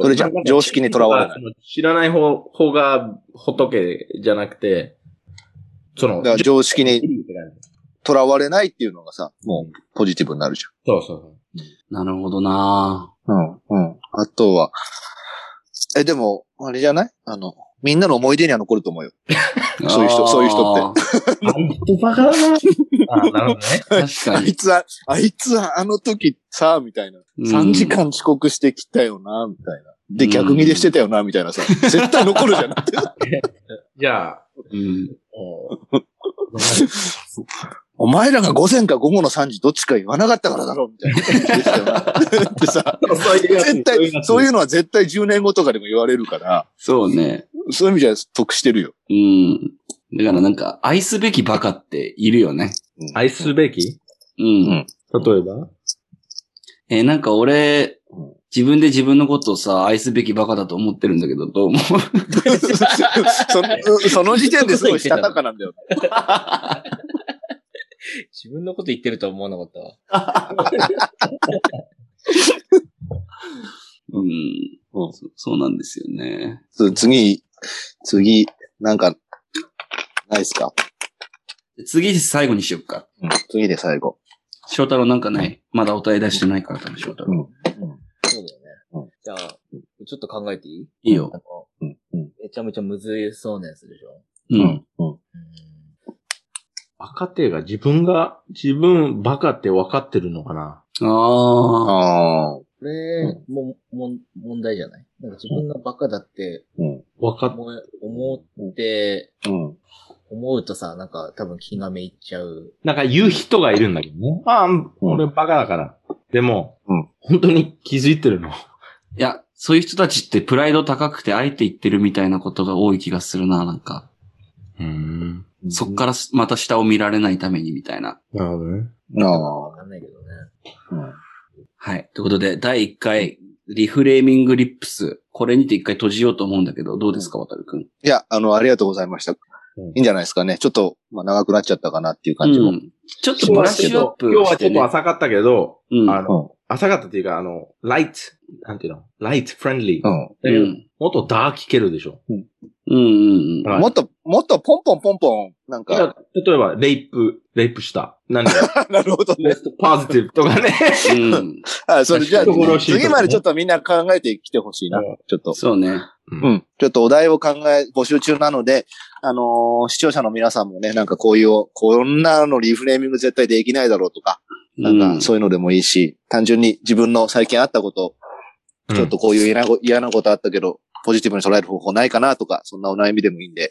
それじゃ
なんか
常識にとらわれない。
知らない方、方が仏じゃなくて、その
だか、ら常識
常
に
識って感じ
とらわれないっていうのがさ、もうポジティブになるじ
そうそう
なるほどな
ゃん。うん。うん。あとは、え、でも、あれじゃないあの、みんなの思い出には残ると思うよ。そういう人そういう人
って。
そう。本当バカだな。あなるほどね。
確か
あい [laughs]
に。
つは、あいつはあの時さ、みたいな。3時間遅刻してきたよな、みたいな。で、
うん
逆ギレしてたよな、みたいなさ。絶対残るじゃん。
じゃあ、
うん。
[laughs] お前らが午前か午後の3時どっちか言わなかったからだろ、みたいな。できたよなってさ、 [laughs] 絶対、 [laughs] そういうのは絶対10年後とかでも言われるから、
そうね。
そういう意味じゃ得してるよ。
うん。だからなんか、愛すべきバカっているよね。
愛すべき例
うん。
えば
えーなんか俺、自分で自分のことをさ、愛すべきバカだと思ってるんだけど、どう思う
そのその時点ですごいしたたかなんだよ。
自分のこと言ってるとは思わなかったわ。
うん。
うん
そそうなんですよね。
そう次、次、なんか、ないっすか、
次、最後にしよっか。
うん、次で最後。
翔太郎なんかないまだお題出してないから、多分翔太郎。
そうだよね。
うん
じゃあ、ちょっと考えていい
いいよ
な。んか
うん、うん、
めちゃめちゃむずいそうなやつでしょ
う。
うんん、うん。
バカってが自分が、自分バカって分かってるのかな
ああ。
ああ、
これも、もん、問題じゃないなんか自分がバカだって
うん。わかっ、
思え、思って、
うん。
思うとさ、なんか多分気がめいっちゃう。
なんか言う人がいるんだけどね。ああ、俺バカだから。でも、
うん
本当に気づいてるの。
いや、そういう人たちってプライド高くてあえて言ってるみたいなことが多い気がするな、なんか。
うん。
そっからすまた下を見られないためにみたいな。
なるほどね。
あ
わかんないけどね。
はい。ということで、第1回、リフレーミングリップス。これにて一回閉じようと思うんだけど、どうですか、渡るくん。
いや、あの、ありがとうございました。い
うん
いんじゃないですかね。ちょっと、まあ、長くなっちゃったかなっていう感じも。
うんちょっとブラッシュアップ
今日
し
はち
て
ょっと
ね。
浅かったけど、
うん。
あの、浅かったっていうか、あの、ライト、なんていうのライト、フレンドリー。
う
だ
ん。
う
けど
ん。
もっとダー聞けるでしょ。
うんうんうん。
はい
もっと、もっとポンポンポンポン、なん
いや
か、
例えば、レイプ、レイプした。なん [laughs] で
なるほどね。
パジティブとかね。
うん。
あ、それじゃあ、
人殺しとかね
次までちょっとみんな考えてきてほしいな
うん。
ちょっと。
そうね。
う
うん。ちょっとお題を考え、募集中なので、あのー視聴者の皆さんもね、なんかこういう、こんなのリフレーミング絶対できないだろうとか、なんかそういうのでもいいし、単純に自分の最近あったこと、
うん
ちょっとこういう嫌なこ嫌なことあったけど、ポジティブに捉える方法ないかなとか、そんなお悩みでもいいんで、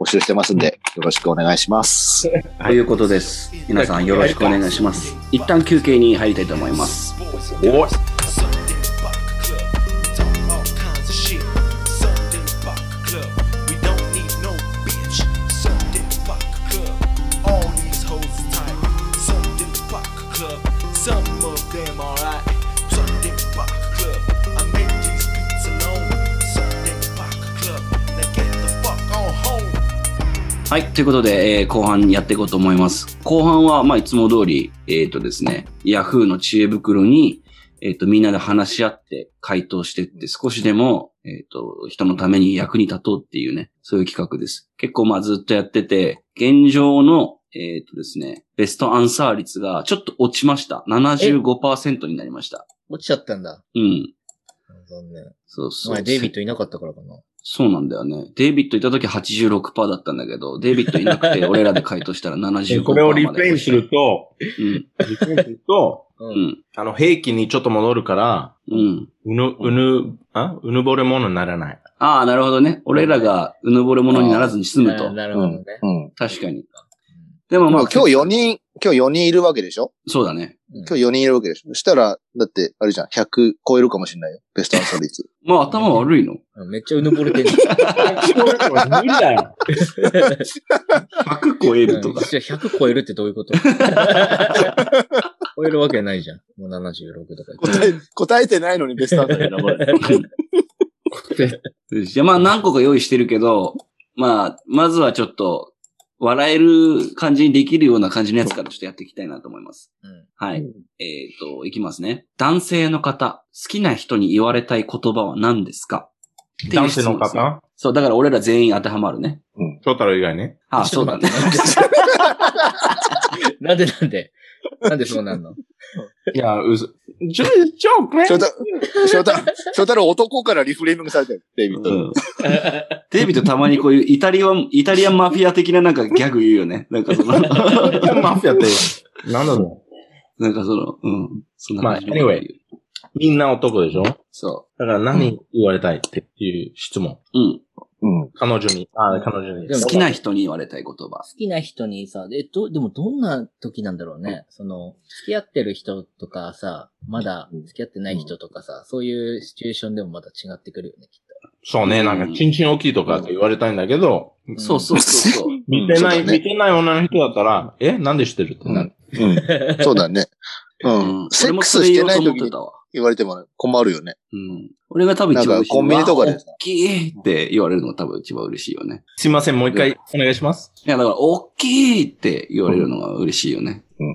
募集してますんで、よろしくお願いします。
ということです。皆さんよろしくお願いします。一旦休憩に入りたいと思います。
おい
Some of them alright. Sunday Rock Club. I make these beats alone. Sunday Rock Club. Now get the fuck on home.
はい。ということで、えー後半やっていこうと思います。後半は、まあ、いつも通り、えっ、とですね、Yahoo の知恵袋に、えっ、と、みんなで話し合って回答してって、少しでも、えっ、と、人のために役に立とうっていうね、そういう企画です。結構、まあ、ずっとやってて、現状の、えっ、とですね、ベストアンサー率がちょっと落ちました。75%になりました。
落ちちゃったんだ。
うん。
残念。
そうそう。
前デイビッドいなかったからかな。
そうなんだよね。デイビッドいた時86%だったんだけど、デイビッドいな
[laughs]
くて、俺らで回答したら75%まで。
これをリフレインすると、
うん。
リフレインすると、
う。
うんん。
[laughs] あの、兵器にちょっと戻るから、
うん。
うぬ、うぬ、あうぬぼれものにならない。
ああ、なるほどね。俺らがうぬぼれ者にならずに済む
な
と。
なる
う
ほど
ん
ね。。
うん。
確かに。でもま
ま
あ
あ、今日4人、今日4人いるわけでしょ
そうだね。
うん
今日4人いるわけでしょそしたら、だって、あれじゃん、100超えるかもしれないよ。ベストアンサー率。
まあ頭悪いの。
うんめっちゃうぬぼれてる。
無理だよ。
100超えると
う
か
ん。じゃあ100超えるってどういうこと
[laughs]
超えるわけないじゃん。もう76とか言って。
答え、答えてないのにベストアンサー選ばれる。
じゃあまあ何個か用意してるけど、まあ、まずはちょっと、笑える感じにできるような感じのやつからちょっとやっていきたいなと思います。
うん
はい。えっ、と、いきますね。男性の方、好きな人に言われたい言葉は何ですかっていう
男
質
性
問
の
ですね
方
そう、だから俺ら全員当てはまるね。
翔太郎以外ね。
ああ、そうだね。
[laughs] なんでなんでなんでそうなんの
いや、うず、ちょ、ちょ、これ
翔太、翔太、翔太郎男からリフレーミングされたよ、デイビッド。
うんデイビッドたまにこういうイタリアン、イタリアンマフィア的ななんかギャグ言うよね。なんかそ
[laughs]
の、な
マフィアって、なんだろ
んかその、うん。そんな感じの
まあ anyway う。みんな男でしょだ
そ
から何言われたいっていう質問。
う。うん。
うん。
彼女に、あ、彼女に
で。も
好きな人に言われたい言葉。
好きな人にさ、え、ど、でもどんな時なんだろうね。その、付き合ってる人とかさ、まだ付き合ってない人とかさ、そういうシチュエーションでもまた違ってくるよね、きっ
そうね、なんか、チンチン大きいとかって言われたいんだけど、
ん
そうそうそうそう。
見てな
そ
い、
うだね
見てない女の人だったら、え、なんで知ってるってなる。
うん。そうだね。う
うん
ん。セックスしてない
俺もそれ言おうと思
時
って
に
たわ。
言われても困るよね。
うん。俺が多分一番嬉しいのは。
なんかコンビニとかで
大きいって言われるのが多分一番嬉しいよね。
すいません、もう一回お願いします。
いや、だから、大きいって言われるのが嬉しいよね。
うん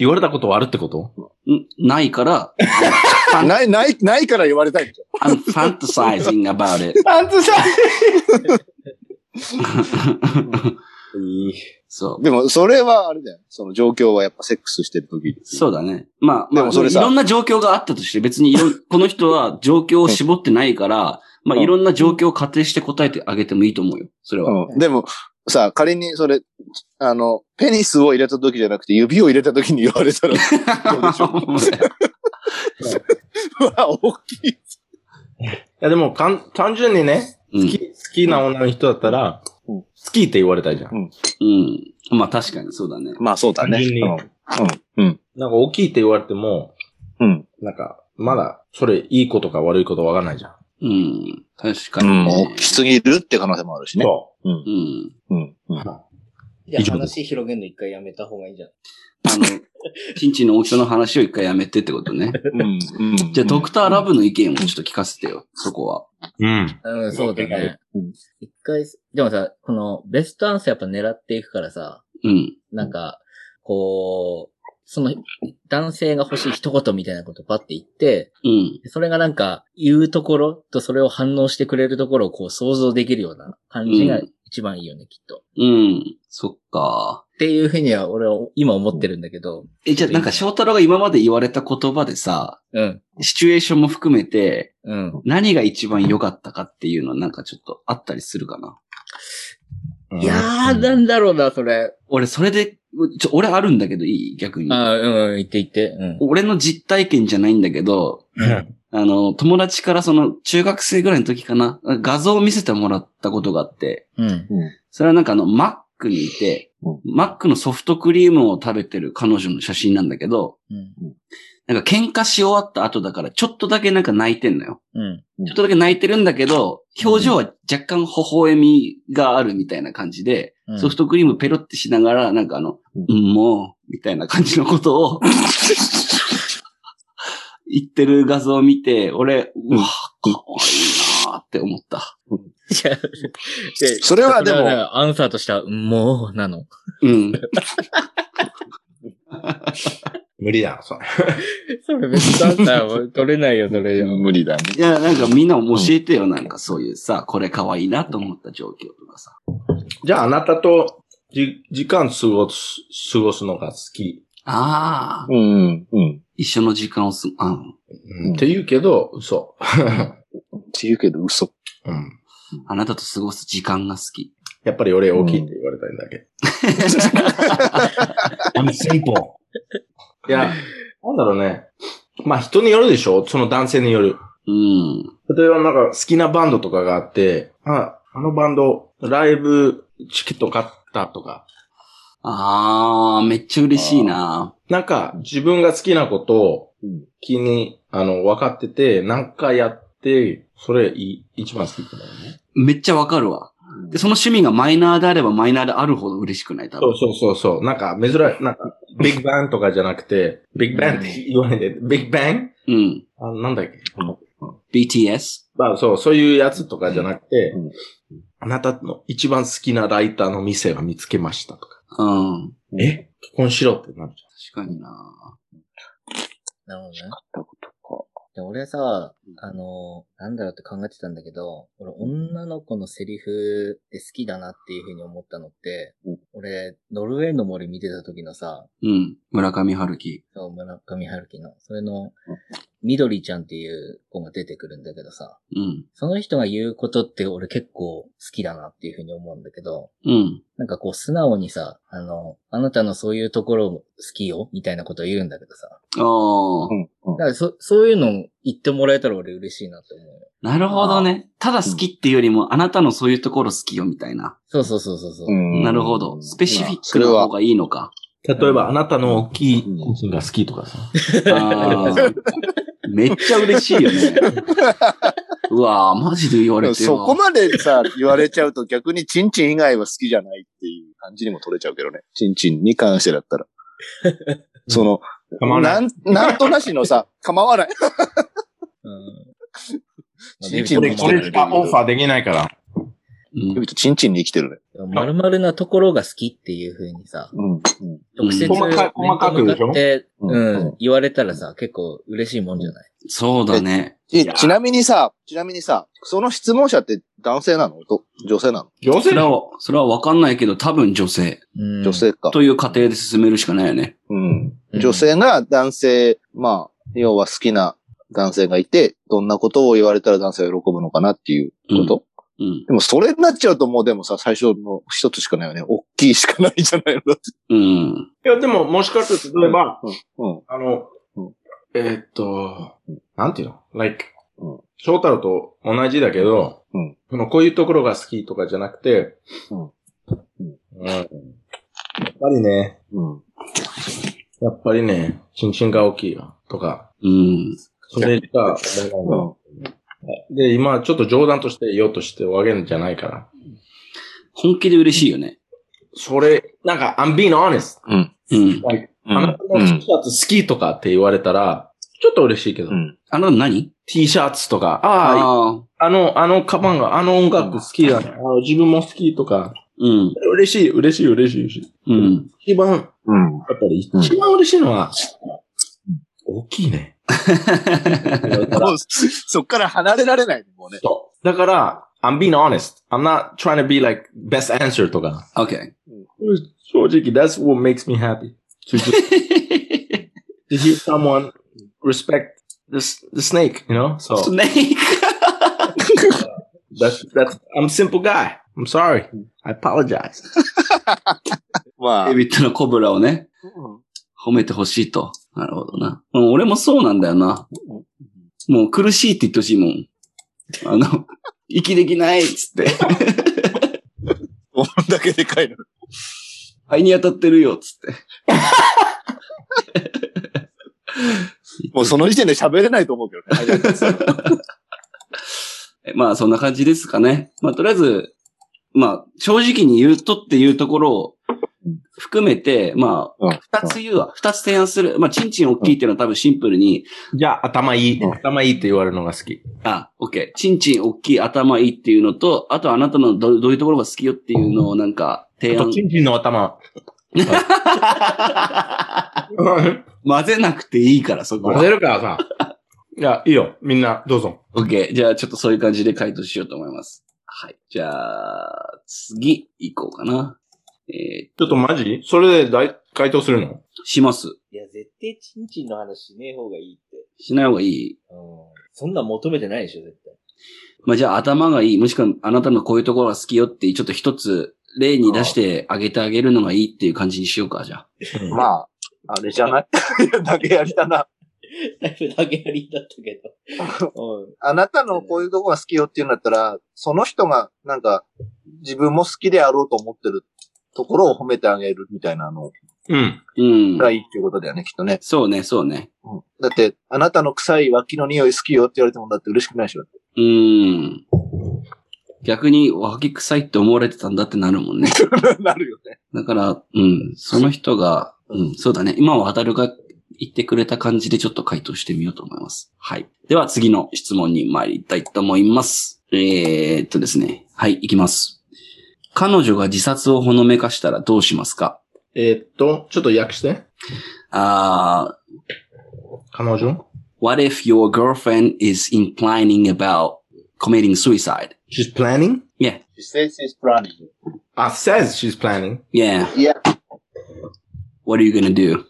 言われたことはあるってこと
んないから、
うん。ない、ない、ないから言われたいんじ
I'm fantasizing about it.
あんたさ
そう
ゃん。。でも、それはあれだよ。その状況はやっぱセックスしてる時
そうだね。まあ、ま
で
あ、
もそれ
い
さ
ろんな状況があったとして、別にい
[laughs]
ろん、この人は状況を絞ってないから、まあ、
うん
いろんな状況を仮定して答えてあげてもいいと思うよ。それは。
うん。でも、さ、仮にそれ、あの、ペニスを入
[laughs]
れた時じゃなくて指を入れた時に言われたら、どうでしょう
お前
は大きい。
や、でも、かん、単純にね、
[laughs] う
好
ん
き、好きな女の人だったら、
うん
好きって言われたいじゃん。
うん。まあ確かにそうだね。
まあそうだね。
単純に
うん。うん。
なんか大きいって言われても、
うん。
なんか、まだ、それいいことか悪いことわかんないじゃ
う
ん。
ん。確か
う
に、
ん。
ね。
大きすぎるって可能性もあるしね。
そ
うん。
うん。うん
じゃ
以上
あ
です
話広げるの一回やめた方がいいんじゃん。
あの、 [laughs] チンチンの大きさの話を一回やめてってことね。
うん。うん
じゃあ、ドクターラブの意見をちょっと聞かせてよ、そこは。
う。うん。
うん、そうだね
うん。
一回、でもさ、このベストアンサーやっぱ狙っていくからさ、
うん。
なんか、こう、その男性が欲しい一言みたいなことパって言って、
うん。
それがなんか言うところとそれを反応してくれるところをこう想像できるような感じが一番いいよね、きっと。
うん。そっか。
っていうふうには俺は今思ってるんだけど、
え、じゃあ、なんか翔太郎が今まで言われた言葉でさ、
うん、
シチュエーションも含めて、
うん。
何が一番良かったかっていうのはなんかちょっとあったりするかな。
いやー、なんだろうな、それ。
俺、それで、ちょ、俺あるんだけど、いい逆に。
あーうん、言って言って。うん。
俺の実体験じゃないんだけど、
うん [laughs]
あの、友達からその中学生ぐらいの時かな、画像を見せてもらったことがあって、
うん。
それはなんかあの、マックにいて
うん、
マックのソフトクリームを食べてる彼女の写真なんだけど、
うん。
なんか喧嘩し終わった後だから、ちょっとだけなんか泣いてんのよ。
うん。
ちょっとだけ泣いてるんだけど、表情は若干微笑みがあるみたいな感じで、
うん
ソフトクリームペロってしながら、なんかあの、
うん
うん、もう、みたいな感じのことを、 [laughs] 言ってる画像を見て、俺、うわ、かわいいなーって思った。
いやで
それはでも
そねアンサーとしては、もう、なの。
うん。
無理だ、それ。
それ別にアンサーは取れないよ、それ。
無理だね。
いや、なんかみんな教えてよ、なんかそういうさ、これ可愛いなと思った状況とかさ。
じゃあ、あなたと、じ、時間過ごす、過ごすのが好き。
ああ、
うん。うん。
一緒の時間をす、あ
うん
って言うけど、嘘。
って言うけど嘘。
うん。
あなたと過ごす時間が好き。
やっぱり俺大きいって言われたいんだけ。I'm simple. いや、なんだろうね。まあ人によるでしょその男性による。
うん。
例えばなんか好きなバンドとかがあって、あ、あのバンド、ライブチケット買ったとか。
ああ、めっちゃ嬉しいな。
なんか自分が好きなことを
うん
気に、あの、分かってて、なんかやって、それい一番好きだよね。
めっちゃわかるわ。で、その趣味がマイナーであればマイナーであるほど嬉しくない、多
そ
分
う。そうそうそう。なんか珍しい、なんか、ビッグバンとかじゃなくて、ビッグバンって言わないで、ビッグバン
うん。
あ、なんだっけ
BTS?
まあそう、そういうやつとかじゃなくて、
うんうん
あなたの一番好きなライターの店を見つけましたとか。
うん。
え結婚しろってなるじ
確かにな。
なるほどね。
ったこと
で俺さ、あの、なんだろうって考えてたんだけど、俺女の子のセリフで好きだなっていうふうに思ったのって
うん、
俺、ノルウェーの森見てた時のさ、
うん。村上春樹。
そう村上春樹の、それの、緑ちゃんっていう子が出てくるんだけどさ、
うん。
その人が言うことって俺結構好きだなっていうふうに思うんだけど、
うん。
なんかこう素直にさ、あの、あなたのそういうところ好きよみたいなことを言うんだけどさ。
ああ
か。う。ん。うん
だからそ、そういうの言ってもらえたら俺嬉しいなって思うよ。
なるほどね。ただ好きっていうよりも、あなたのそういうところ好きよ、みたいな。
そうそうそうそうそう。
うん
なるほど。スペシフィックな
まあ
方がいいのか。
ゃん。例えば、あなたの大きい
うん
個人が好きとかさ。
あ
[laughs]
ーめっちゃ嬉しいよね。うわぁ、マジで言わ
それ
れ
は
てる
そ
わ
こまでさ、言われちゃうと逆にチンチン以外は好きじゃないっていう感じにも取れちゃうけどね。チンチンに関してだったら。その、
構わない
ん、なんとなしのさ、構わない。
[laughs] うん。
チンチンに
俺
生き
こ
て
俺
れ
る
し
ね。
かオファーできないから。
うん
人々チンチンに生きてるね。
まるまるなところが好きっていう風にさ、
うん。うん
直接、
細
かい細かくでしょ
で
うん
うん、言われたらさ、結構嬉しいもんじゃない
そうだね。
ちちなみにさ、ちなみにさ、その質問者って男性なのと女性なの
女
そ
性
れは、それはわかんないけど、多分女性
うん
女性か。
という過程で進めるしかないよね。
うん。
うん
女性が男性、まあ、要は好きな男性がいて、どんなことを言われたら男性は喜ぶのかなっていうこと。
うん。
でもそれになっちゃうともうでもさ、最初の一つしかないよね。大きいしかないじゃないのだって。
うん。
いや、でも、もしかして、例えば、
うん。
あの
うん、
えーっと、なんていうの ?like,
うん
翔太郎と同じだけど、
うん
そのこういうところが好きとかじゃなくて、
うん
うんやっぱりね、
うん。
やっぱりね、チンチンが大きいよ、とか、
うん。
それしか思わないので、今ちょっと冗談として言おうとしておあげるんじゃないから。
本気で嬉しいよね。
それ、なんか、I'm being honest.
うん。
うん
あなた
う
の T
ん
シャツ好きとかって言われたら、ちょっと嬉しいけど、
うん。
あなた何
T シャツとか、ああ、
あー。
あの、あのカバンが、あの音楽好きだね。あの自分も好きとか。
うん。
嬉しい、嬉しい、嬉しい嬉しい。
うん。 [laughs]
一番、やっ
うん。
ぱり一番嬉しいのは、大きいね。
もう、そっから離れられない、もうね。
そうだから、I'm being honest. I'm not trying to be like best answer とか。
OK。
正直、that's what makes me happy. To, just,
[laughs]
to hear someone respect the, s- the snake, you know? So,
スネーク
that's, that's, I'm a simple guy. I'm sorry. I apologize.
まあ
デ。ビットのコブラをね、褒めてほしいと。なるほどな。うん俺もそうなんだよな。もう苦しいって言ってほしいもん。あの、 [laughs] 息できないっつって。
こんだけでかいの。
肺に当たってるよっつって。
もうその時点で喋れないと思うけどね。
えまあそんな感じですかね。まあとりあえず、まあ正直に言うとっていうところを含めて、ま
うん
あ二つ言うわ。二つ提案する。まあチンチン大きいっていうのは多分シンプルに、
じゃあ、頭いい。
うん
頭いいって言われるのが好き。
あ、オッケー。チンチン大きい頭いいっていうのと、あとあなたのどどういうところが好きよっていうのをなんか提
あ
案
と、。チンチンの [laughs] 頭。
混ぜなくていいから、そこ
混ぜ
は。
るからさ。いや、いいよ。みんな、どうぞ。
オッケー。じゃあちょっとそういう感じで回答しようと思います。はい。じゃあ、次行こうかな。え
ちょっとマジそれで大回答するの
ー、します。
いや、絶対チンチンの話しねえ方がいいって。
しない方がいい
うん。そんなん求めてないでしょ、絶対。
まあ、じゃあ頭がいい、もしくはあなたのこういうところが好きよって、ちょっと一つ例に出してあげてあげるのがいいっていう感じにしようか、じゃあ。
まあ、あれじゃないだけやりだな。
だいぶ投げやりだったけ
[laughs]
ど。うん。
あなたのこういうとこが好きよって言うんだったら、その人がなんか自分も好きであろうと思ってるところを褒めてあげるみたいなの
うん。
うん。
がいいっていうことだよね、きっとね。
そうね、そうね。
うんだって、あなたの臭い脇の匂い好きよって言われてもだって嬉しくないでしょ。
うーん。逆に、脇臭いって思われてたんだってなるもんね。 [laughs]
なるよね。
だから、うん、その人が、うん、そうだね。今は渡るが言ってくれた感じでちょっと回答してみようと思います。はい。では次の質問に参りたいと思います。えー、っとですね。はい、いきます。彼女が自殺をほのめかしたらどうしますか
えーっと、ちょっと訳して。
あー、
彼女
What if your girlfriend is implying about committing suicide?
?She's planning?
Yeah,
She says she's planning.
Ah, says she's planning.
yeah.
Yeah.
What are you gonna do?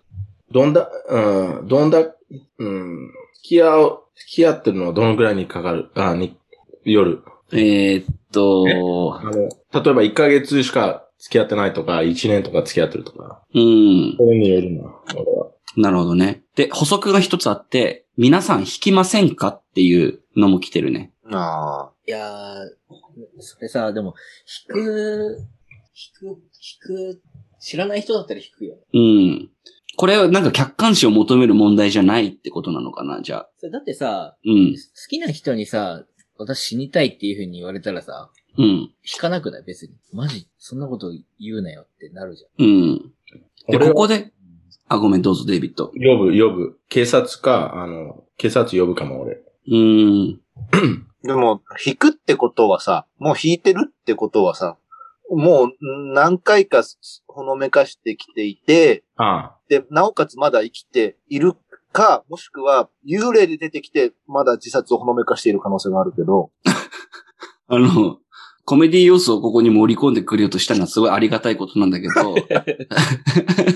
どんだ、うん、どんだ、うん、付き合う、付き合ってるのはどのぐらいにかかるあ、に、夜。
えー、っと
あ、の、例えば1ヶ月しか付き合ってないとか、1年とか付き合ってるとか。
うん。
それによるな、俺は。
なるほどね。で、補足が一つあって、皆さん弾きませんかっていうのも来てるね。
ああ。
いやー、それさ、でも、引く、引く、引く、知らない人だったら引くよ。
うん。これはなんか客観視を求める問題じゃないってことなのかな、じゃあ。
それだってさ、
うん
好。きな人にさ、私死にたいっていう風に言われたらさ、
うん。
引かなくない別に。マジそんなこと言うなよってなるじゃん。
うん。で、
俺は
ここで、あ、ごめん、どうぞ、デイビッド。
呼ぶ、呼ぶ。警察か、あの、警察呼ぶかも、俺。
うーん。
でも、引くってことはさ、もう引いてるってことはさ、もう何回かほのめかしてきていて、
あ
で、なおかつまだ生きているか、もしくは幽霊で出てきて、まだ自殺をほのめかしている可能性があるけど、
あの、コメディ要素をここに盛り込んでくれようとしたのはすごいありがたいことなんだけ
[laughs]
ど。 [laughs]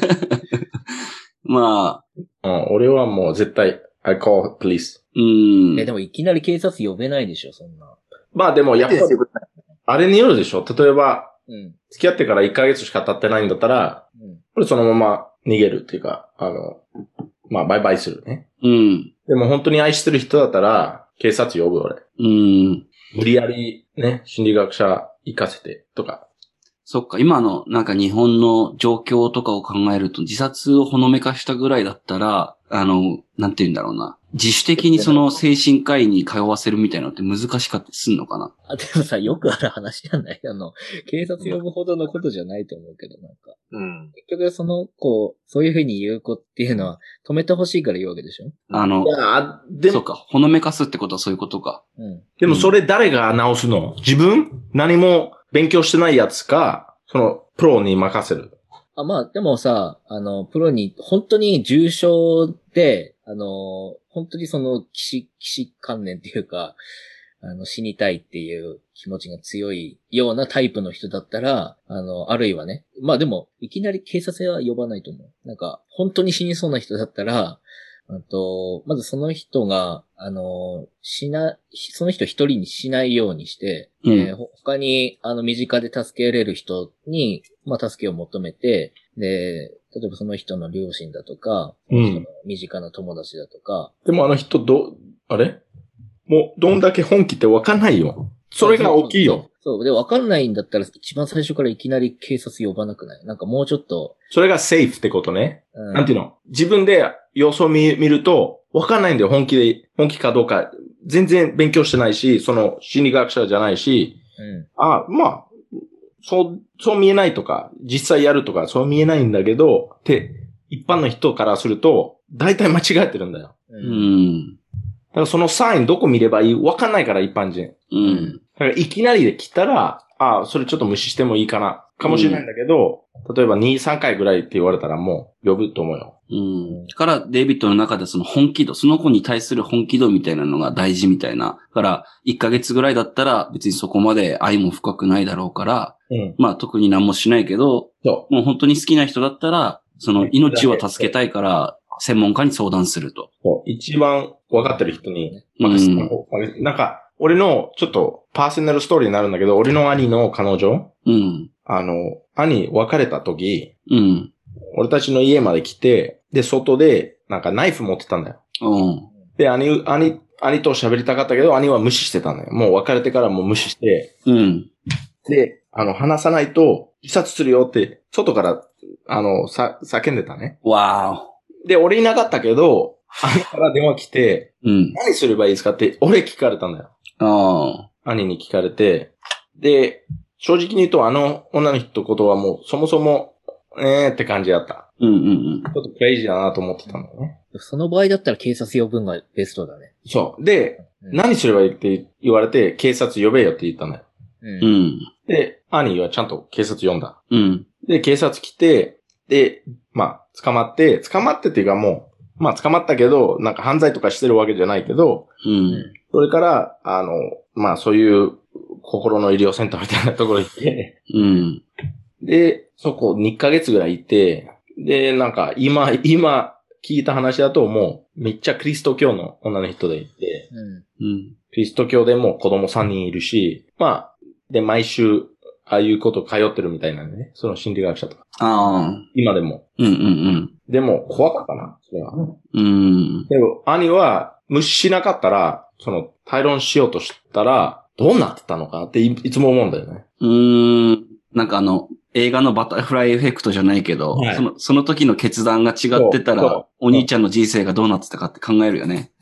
まあ、
あ。うん、俺はもう絶対、I call police.
うーん。
え、でもいきなり警察呼べないでしょ、そんな。
まあでも、やっぱ
で、セブン
あれによるでしょ例えば、
うん。
付き合ってから1ヶ月しか経ってないんだったら、
うん。
これそのまま逃げるっていうか、あの、まあ、バイバイするね。
うん。
でも本当に愛してる人だったら、警察呼ぶ俺。
うん。
無理やりね、心理学者行かせてとか。
そっか、今のなんか日本の状況とかを考えると、自殺をほのめかしたぐらいだったら、あの、なんて言うんだろうな。自主的にその精神科医に通わせるみたいなのって難しかったりすんのかな
あ、でもさ、よくある話じゃない [laughs] あの、警察呼ぶほどのことじゃないと思うけど、なんか。
うん。
結局、その子、そういうふうに言う子っていうのは、止めてほしいから言うわけでしょ
あの
い、や、で
そう
も、
か、ほのめかすってことはそういうことか。
うん。
でもそれ誰が直すの自分何も勉強してないやつか、その、プロに任せる。
あ、まあ、でもさ、あの、プロに、本当に重症で、あの、本当にその、騎士、騎士観念っていうか、あの、死にたいっていう気持ちが強いようなタイプの人だったら、あの、あるいはね、まあでも、いきなり警察は呼ばないと思う。なんか、本当に死にそうな人だったら、あと、まずその人が、あの、しな、その人一人にしないようにして、
うん
えーほ他に、あの、身近で助けれる人に、まあ、助けを求めて、で、例えばその人の両親だとか、
うん
その人の身近な友達だとか、
でもあの人ど、あれもう、どんだけ本気ってわかんないよ。それが大きいよ。
そう、で、わかんないんだったら、一番最初からいきなり警察呼ばなくないなんかもうちょっと、
それがセーフってことね。
うん
なんていうの自分で様子を見見ると、わかんないんだよ。本気で、本気かどうか。全然勉強してないし、その心理学者じゃないし、
うん。
あ、まあ、そう、そう見えないとか、実際やるとか、そう見えないんだけど、って、一般の人からすると、大体間違えてるんだよ。
う
うん。
ん。
だからそのサインどこ見ればいいわかんないから、一般人。
うん。
だからいきなりで来たら、ああ、それちょっと無視してもいいかな。かもしれないんだけど、例えば2、3回ぐらいって言われたらもう呼ぶと思うよ。
うん。から、デイビッドの中でその本気度、その子に対する本気度みたいなのが大事みたいな。だから、1ヶ月ぐらいだったら別にそこまで愛も深くないだろうから、
うん。
まあ特に何もしないけど、
そ
もう本当に好きな人だったら、その命を助けたいから、専門家に相談すると
う。。そう一番分かってる人に任せた方がなんか、俺のちょっとパーソナルストーリーになるんだけど、俺の兄の彼女、
うん。
あの、兄別れた時、
うん。
俺たちの家まで来て、で、外で、なんかナイフ持ってたんだよ。
うん。
で、兄、兄、兄と喋りたかったけど、兄は無視してたんだよ。もう別れてからもう無視して、
うん。
で、あの、話さないと自殺するよって、外から、あの、さ、叫んでたね。
わ
で、俺いなかったけど、兄から電話来て、
ーお。うん。
何すればいいですかって、俺聞かれたんだよ。
ああ。
兄に聞かれて。で、正直に言うと、あの女の人のことはもう、そもそも、えーって感じだった。
うんうん
ちょっとクレイジーだなと思ってたんだよね。
その場合だったら警察呼ぶのがベストだね。
そう。で、
うん
何すればいいって言われて、警察呼べよって言ったんだよ。
うん。う
うん。
ん。
で、兄はちゃんと警察呼んだ。
うん。
で、警察来て、で、まあ、捕まって、捕まってっていうかもう、まあ、捕まったけど、なんか犯罪とかしてるわけじゃないけど、
うん。
それから、あの、まあ、そういう心の医療センターみたいなところ行って、 [laughs]
うん。
で、そこ2ヶ月ぐらい行って、で、なんか、今、今、聞いた話だともう、めっちゃクリスト教の女の人でいて、
うん。
うん。
キリスト教でも子供3人いるし、まあ、で、毎週、ああいうこと通ってるみたいなんでね、その心理学者とか、
ああ。
今でも。
うんうん
でも、怖かったな、それは。
うん。うん。
でも、兄は、無視しなかったら、その、対論しようとしたら、どうなってたのかなっていいつも思うんだよね。
うーん。なんかあの、映画のバタフライエフェクトじゃないけど、
はい
そのその時の決断が違ってた
そうそう
ら、お兄ちゃんの人生がどうなってたかって考えるよね。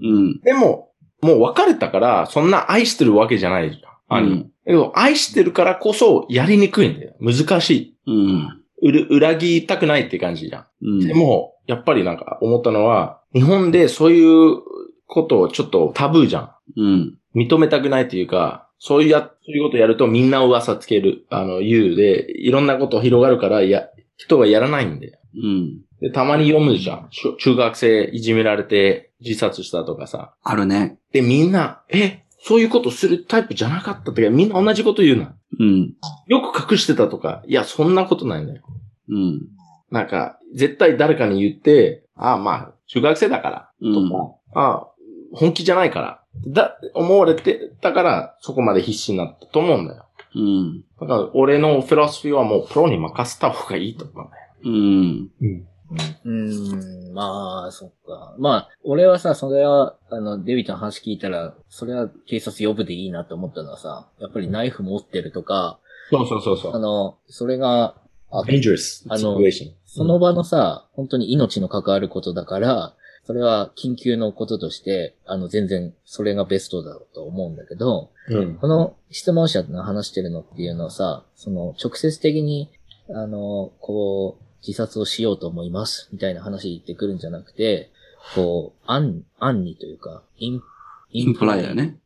うん。
でも、もう別れたから、そんな愛してるわけじゃないじゃ
う
ん、兄。
ん。
でも、愛してるからこそ、やりにくいんだよ。難し
うん。
い。うる裏切りたくないって感じじゃん。
うん。
でも、やっぱりなんか思ったのは、日本でそういうことをちょっとタブーじゃん。
うん。
認めたくないというか、そういうや、そういうことやるとみんな噂つける、あの、言うで、いろんなこと広がるから、や、人はやらないんで。
うん。
で、たまに読むじゃん。しょ中学生いじめられて自殺したとかさ。
あるね。
で、みんな、え、そういうことするタイプじゃなかったとか、みんな同じこと言うな。
うん。
よく隠してたとか、いや、そんなことないんだよ。
うん。
なんか、絶対誰かに言って、ああ、まあ、中学生だから、
うん
とか、ああ、本気じゃないから、だ、思われてたから、そこまで必死になったと思うんだよ。
うん。
だから、俺のフィロソフィーはもうプロに任せた方がいいと思うんだよ。
うん。
うーん、まあ、そっか。まあ、俺はさ、それは、あの、デビットの話聞いたら、それは警察呼ぶでいいなと思ったのはさ、やっぱりナイフ持ってるとか、
そうそうそうそ
あ
う。
の、それが、あ
dangerous
あの
situation.
その場のさ、本当に命の関わることだから、それは緊急のこととして、あの、全然、それがベストだと思うんだけど、
うん。
この質問者の話してるのっていうのはさ、その直接的に、あの、こう、自殺をしようと思います、みたいな話言ってくるんじゃなくて、こう、暗、暗にというか、イン、
インプライだ。ね。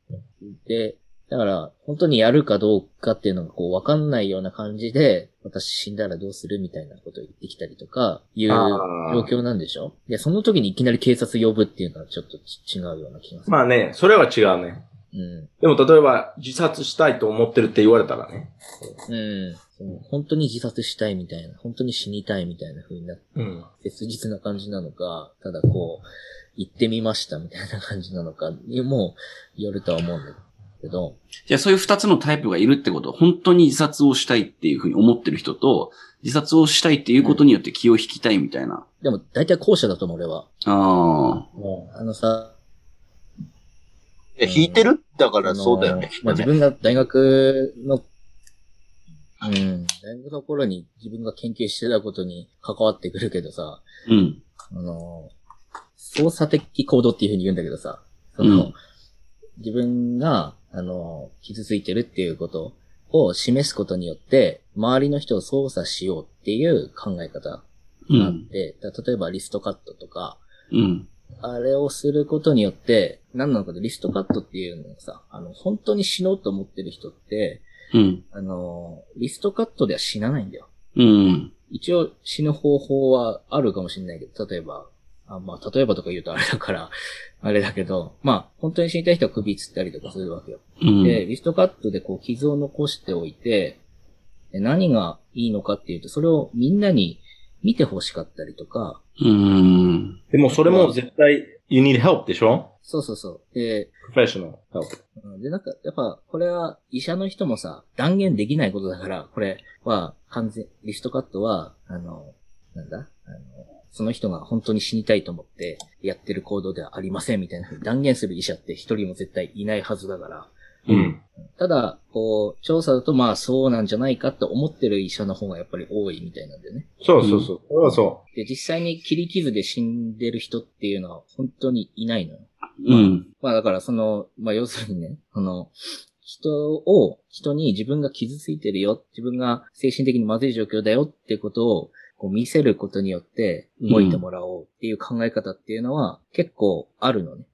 で、だから、本当にやるかどうかっていうのがこう、わかんないような感じで、私死んだらどうするみたいなことを言ってきたりとか、いう
あー
状況なんでしょで、その時にいきなり警察呼ぶっていうのはちょっとち違うような気がする。
まあね、それは違うね。
うん。
でも例えば、自殺したいと思ってるって言われたらね。
うん。その本当に自殺したいみたいな、本当に死にたいみたいな風になって、
うん。
切実な感じなのか、ただこう、行ってみましたみたいな感じなのかにもよるとは思うんだけど、
じゃあそういう二つのタイプがいるってこと。本当に自殺をしたいっていうふうに思ってる人と、自殺をしたいっていうことによって気を引きたいみたいな。
でも大体後者だと思う俺は。
あ
あのさ、
え、弾いてるだからそうだよね。
あの
[laughs]
まあ、自分が大学の、うん、大学の頃に自分が研究してたことに関わってくるけどさ、
あ。うん。
あの、操作的行動っていうふうに言うんだけどさ、その、
うん
自分が、あの、傷ついてるっていうことを示すことによって、周りの人を操作しようっていう考え方
う
があっ
ん。
て、だ例えばリストカットとか、
うん。
あれをすることによって、何なのかでリストカットっていうのがさ、あの、本当に死のうと思ってる人って、
うん。
あの、リストカットでは死なないんだよ。
うん。
一応死ぬ方法はあるかもしれないけど、例えば、あまあ、例えばとか言うとあれだから、あれだけど、まあ、本当に死にたい人は首つったりとかするわけよ。
うん。
で、リストカットでこう傷を残しておいて、で何がいいのかっていうと、それをみんなに見て欲しかったりとか、
うん。
でもそれも絶対、you need help でしょ
そうそうそう。で、
?professional help.
うんで、なんか、やっぱ、これは医者の人もさ、断言できないことだから、これは完全、リストカットは、あの、なんだあの、その人が本当に死にたいと思ってやってる行動ではありませんみたいな風に断言する医者って一人も絶対いないはずだから。
うん。
ただ、こう、調査だとまあそうなんじゃないかと思ってる医者の方がやっぱり多いみたいなんだよね。
そうそうそう。それはそ
で、実際に切り傷で死んでる人っていうのは本当にいないのよ。
うん。
まあだからその、まあ要するにね、その、人を、人に自分が傷ついてるよ、自分が精神的にまずい状況だよってことを、こう見せることによって動いてもらおうっていう考え方っていうのは結構あるのね。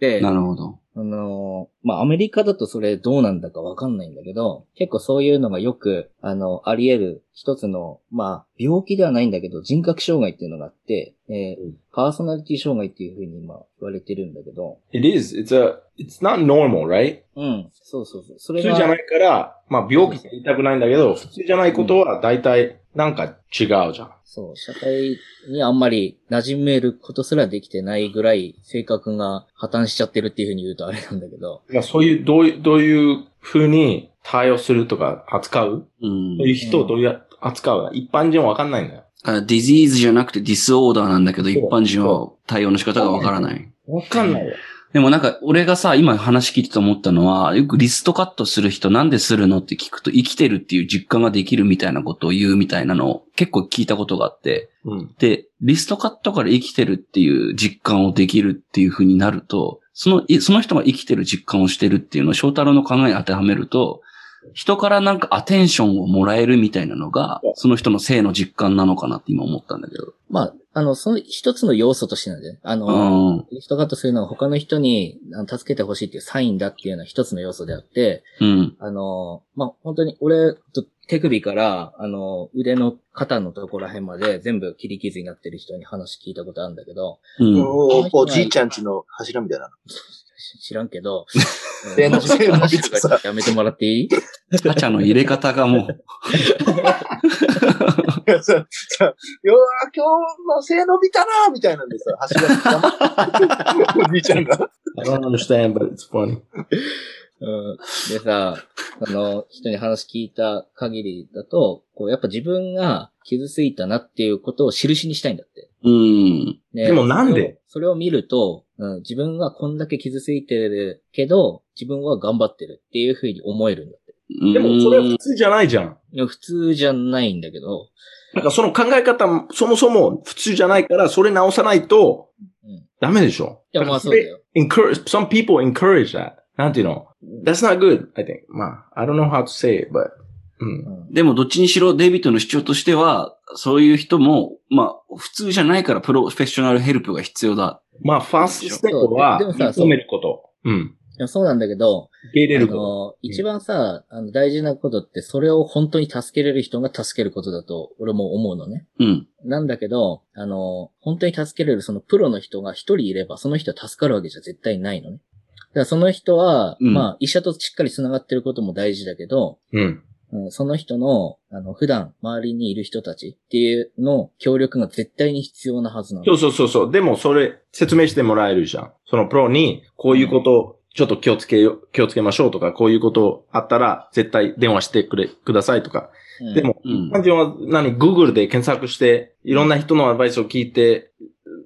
で、
な
あ
るほど。
の、まあアメリカだとそれどうなんだかわかんないんだけど、結構そういうのがよく、あの、あり得る一つの、まあ病気ではないんだけど人格障害っていうのがあって、えー
うん
パーソナリティ障害っていうふうに今言われてるんだけど、
う。it is, it's a, it's not normal, right?
うん。そうそうそう。そ
普
れ
通
が。
じゃないから、まあ病気って言いたくないんだけど、普通じゃないことは大体なんか違うじゃん。
そう。社会にあんまり馴染めることすらできてないぐらい性格が破綻しちゃってるっていうふうに言うとあれなんだけど。
まあそういう、どういう、どういう風に対応するとか扱う
うん
そう。いう人をどうや、扱う一般人はわかんないんだよ。
だからディジーズじゃなくてディスオーダーなんだけど、
そ
一
う
般人は対応の仕方がわからない。
わかんないよ。
でもなんか、俺がさ、今話聞いてて思ったのは、よくリストカットする人なんでするのって聞くと、生きてるっていう実感ができるみたいなことを言うみたいなのを結構聞いたことがあって、
うん。
で、リストカットから生きてるっていう実感をできるっていう風になると、その、いその人が生きてる実感をしてるっていうのを翔太郎の考えに当てはめると、人からなんかアテンションをもらえるみたいなのが、その人の性の実感なのかなって今思ったんだけど。
まあ、あの、その一つの要素としてなんだよね。あの、
うん。
リストカットするのは他の人にあの助けてほしいっていうサインだっていうのは一つの要素であって、
うん。
あの、まあ、本当に俺、と手首から、あの、腕の肩のところら辺まで全部切り傷になってる人に話聞いたことあるんだけど、
うん。
おおじいちゃんちの柱みたいな。
知らんけど。
電脳線伸びてさ
[laughs] やめてもらっていい
ガチャの入れ方がもう、
いやさ、さ、よー今日の背伸びたなーみたいなんでさ、柱おじいちゃんが。
[laughs]
I don't understand, but it's funny.
うん。でさ、あの、人に話聞いた限りだと、こう、やっぱ自分が傷ついたなっていうことを印にしたいんだって。
うん。
ね
でもなんで
それをそれを見ると、うん、自分がこんだけ傷ついてるけど、自分は頑張ってるっていうふうに思えるんだって。
でも、それは普通じゃないじゃん。
いや普通じゃないんだけど、
なんかその考え方、そもそも普通じゃないから、それ直さないと
うん、
ダメでしょ。
いや、まあそうだよ。
encourage, some people encourage that. なんていうの ?That's not good, I think. まあ、I don't know how to say it, but, うん。
うん
でもどっちにしろデイビッドの主張としては、そういう人も、まあ、普通じゃないからプロフェッショナルヘルプが必要だ。
まあ、ファーストステップは、
そうででもさ
認めること。うん。
いやそうなんだけど、
受け入れ
あ
るこ
の、一番さ、あの、大事なことって、それを本当に助けれる人が助けることだと、俺も思うのね。
うん。
なんだけど、あの、本当に助けれるそのプロの人が一人いれば、その人は助かるわけじゃ絶対ないのね。だからその人は、
うん
まあ、医者としっかり繋がってることも大事だけど、
と。うん。
うん、その人の、あの、普段、周りにいる人たちっていうの、協力が絶対に必要なはずなの。
そうそうそうそう。でも、それ、説明してもらえるじゃん。そのプロに、こういうこと、ちょっと気をつけよ、気をつけましょうとか、こういうことあったら、絶対電話してくれ、くださいとか。
うん
でも、
うん。
感じは何 ?Google で検索して、いろんな人のアドバイスを聞いて、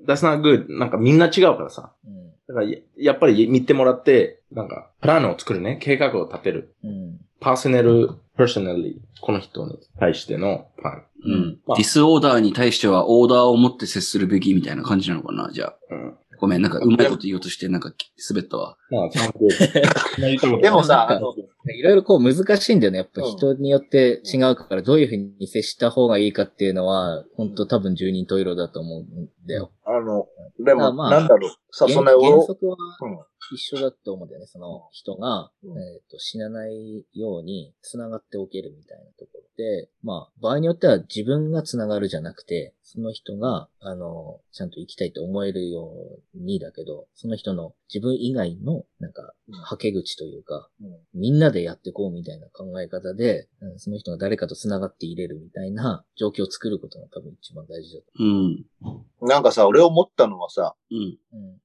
That's not good. なんかみんな違うからさ。
うん。
だからややっぱり見てもらって、なんか、プランを作るね。計画を立てる。
うん。
パーソナル、パーソナリこの人に対してのプラン。
うん
まあ
ディスオーダーに対してはオーダーを持って接するべきみたいな感じなのかな、じゃあ。
うん。
ごめん、なんかうまいこと言おうとして、なんか滑ったわ。
まあ、ちゃんと。言ったこと
でもさ、
な
あ
んか
の、
いろいろこう難しいんだよね。やっぱ人によって違うから、どういうふうに接した方がいいかっていうのは、本当多分十人十色だと思うんだよ。
あの、で
まあ
も、
まあ
なんだろう。さ、
原
そんな、
原
お
則は
うん
一緒だと思うんだよね。その人が、
うん
えーと死なないように繋がっておけるみたいなところで、まあ、場合によっては自分が繋がるじゃなくて、その人が、あの、ちゃんと生きたいと思えるようにだけど、その人の自分以外の、なんか、はけ口というか、みんなでやってこうみたいな考え方で、うんその人が誰かと繋がっていれるみたいな状況を作ることが多分一番大事だと
うん。
なんかさ、俺思ったのはさ、
うん。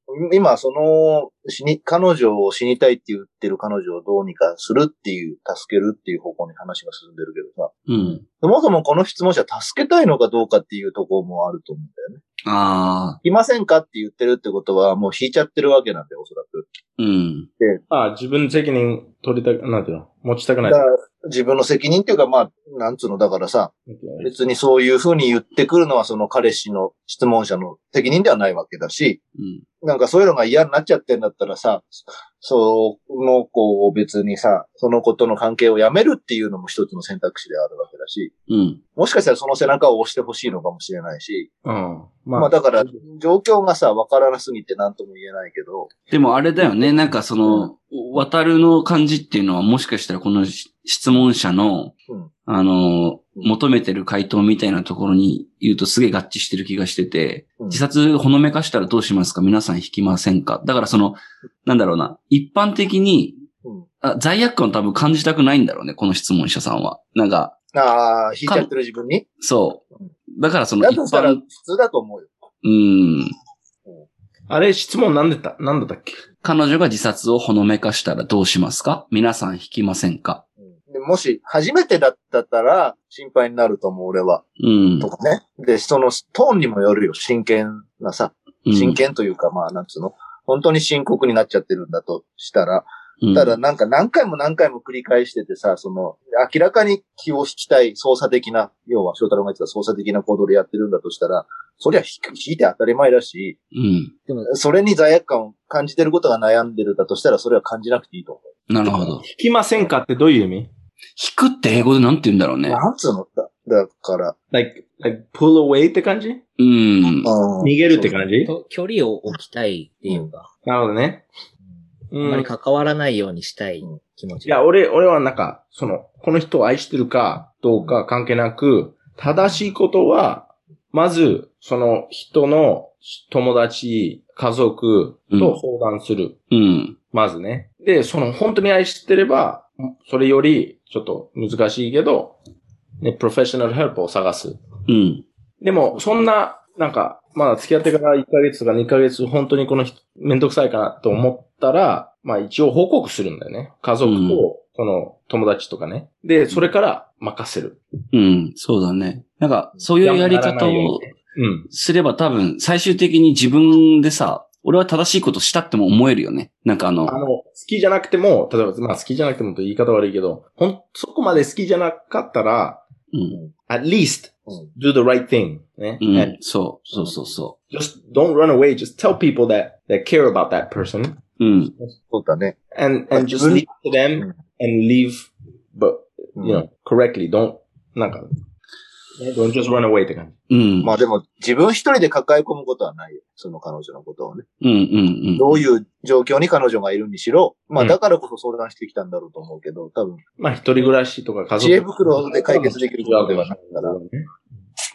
思
今、その、死に、彼女を死にたいって言ってる彼女をどうにかするっていう、助けるっていう方向に話が進んでるけどさ、
うん。
そもそもこの質問者助けたいのかどうかっていうところもあると思うんだよね。
ああ。
いませんかって言ってるってことは、もう引いちゃってるわけなんだよ、おそらく。
うん。
まあ、自分の責任取りたく、なんていうの持ちたくない
だか。ら、自分の責任っていうか、まあ、なんつうの、だからさ、
う
別にそういうふうに言ってくるのは、その彼氏の質問者の責任ではないわけだし、
うん。
なんかそういうのが嫌になっちゃってんだったらさ、その子を別にさ、その子との関係をやめるっていうのも一つの選択肢であるわけだし、
うん。
もしかしたらその背中を押してほしいのかもしれないし、
ん。
まあだから、状況がさ、わからなすぎて何とも言えないけど、
でもあれだよね、なんかその、渡るの感じっていうのはもしかしたらこのし質問者の、
うん
あの、
うん
求めてる回答みたいなところに言うとすげえ合致してる気がしてて、
うん
自殺ほのめかしたらどうしますか皆さん引きませんかだからその、なんだろうな、一般的に、
うん
あ罪悪感を多分感じたくないんだろうね、この質問者さんは。なんか、
ああ、引いちゃってる自分に
そう。だからその
だ
一
としたら
般
普、通だと思うよ。
うん、
あれ、質問なんでた、なんだったっけ
彼女が自殺をほのめかしたらどうしますか皆さん引きませんか
うんでもし、初めてだったら心配になると思う、俺は。
うん。
とかね。で、そのトーンにもよるよ、真剣なさ。
うん
真剣というか、まあ、なんつうの本当に深刻になっちゃってるんだとしたら、
うん
ただなんか何回も何回も繰り返しててさ、その、明らかに気を引きたい操作的な、要は翔太郎が言ってた操作的な行動でやってるんだとしたら、そりゃ引く引いて当たり前だし、
うん。
う。でも、
それに罪悪感を感じてることが悩んでるんだとしたら、それは感じなくていいと思
なるほど。
聞きませんかってどういう意味
引くって英語でなんて言うんだろう
う。
ね。
なんつうのだだから、
like, like, pull away って感じ
うん。
うん
逃げるって感じ
と距離を置きたいっていうか、
なるほどね。
うんあ
う
まり
ん。
関わらないようにしたい気持ち。
いや、俺、俺はなんか、その、この人を愛してるかどうか関係なく、正しいことは、まず、その人の友達、家族と相談する。
うん。
まずね。で、その本当に愛してれば、それよりちょっと難しいけど、ね、プロフェッショナルヘルプを探す。
うん。
でも、そんな、なんか、まあ付き合ってから1ヶ月とか2ヶ月、本当にこの人、めんどくさいかなと思ったら、まあ一応報告するんだよね。家族
うん
と、その友達とかね。で、それから任せる。
うん、そうだね。なんか、そういうやり
ならな
方
いよ
を
うにねうん。
すれば多分、最終的に自分でさ、俺は正しいことしたっても思えるよね。なんかあの、
あの、好きじゃなくても、例えば、まあ好きじゃなくてもと言い方悪いけど、ほん、そこまで好きじゃなかったら、
うん、
at least
うん
do the right thing. ね。
うん
And、
そう、そうそうそ
just don't run away. Just tell people that, that care about that person.
う。うん、
そうだね。
And,
まあ
and just
自分
leave to them and leave, but,
うん
you know, correctly. Don't, なんか、ね don't just run away って感じ。
うん、
まあでも、自分一人で抱え込むことはないよ。その彼女のことをね。
うん、うん、
どういう状況に彼女がいるにしろ、ま
う
あ
ん
だからこそ相談してきたんだろうと思うけど、多分、
まあ、一人暮らしとか家族。
知恵袋で解決できることではないから。
ね。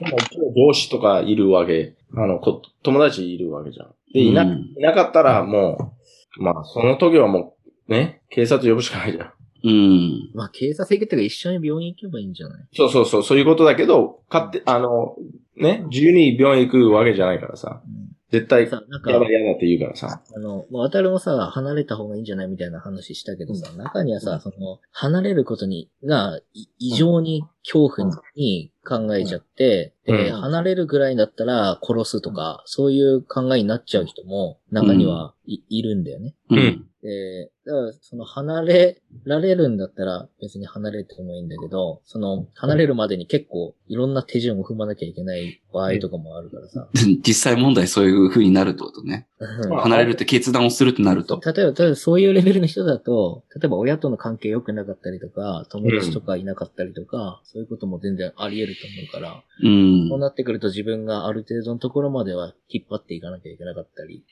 でも、同志とかいるわけ、あの、こ友達いるわけじゃん。で、いな、
うん
いなかったらもう、まあ、その時はもう、ね、警察呼ぶしかないじゃん。
うん、うん、
まあ、警察行けたら一緒に病院行けばいいんじゃない
そうそうそう、そういうことだけど、勝手、あの、ね、自由に病院行くわけじゃないからさ
うん。
絶対、
さ、なんか、
やだやだって言うからさ。
あの、まあ、渡るもさ、離れた方がいいんじゃないみたいな話したけどさ、中にはさ、その、離れることに、が、い異常に恐怖に考えちゃって、
うん
で、
うん
離れるぐらいだったら殺すとか、そういう考えになっちゃう人も、中にはい、いるんだよね。
うん、
うん
で、だから、その、離れられるんだったら、別に離れてもいいんだけど、その、離れるまでに結構、いろんな手順を踏まなきゃいけない場合とかもあるからさ。
実際問題そういう風になるってことね。
[laughs]
まあ
離れるって決断をするってなると。
例えば、例えばそういうレベルの人だと、例えば親との関係良くなかったりとか、友達とかいなかったりとか、そういうことも全然あり得ると思うから、
うん
そう。なってくると自分がある程度のところまでは引っ張っていかなきゃいけなかったり、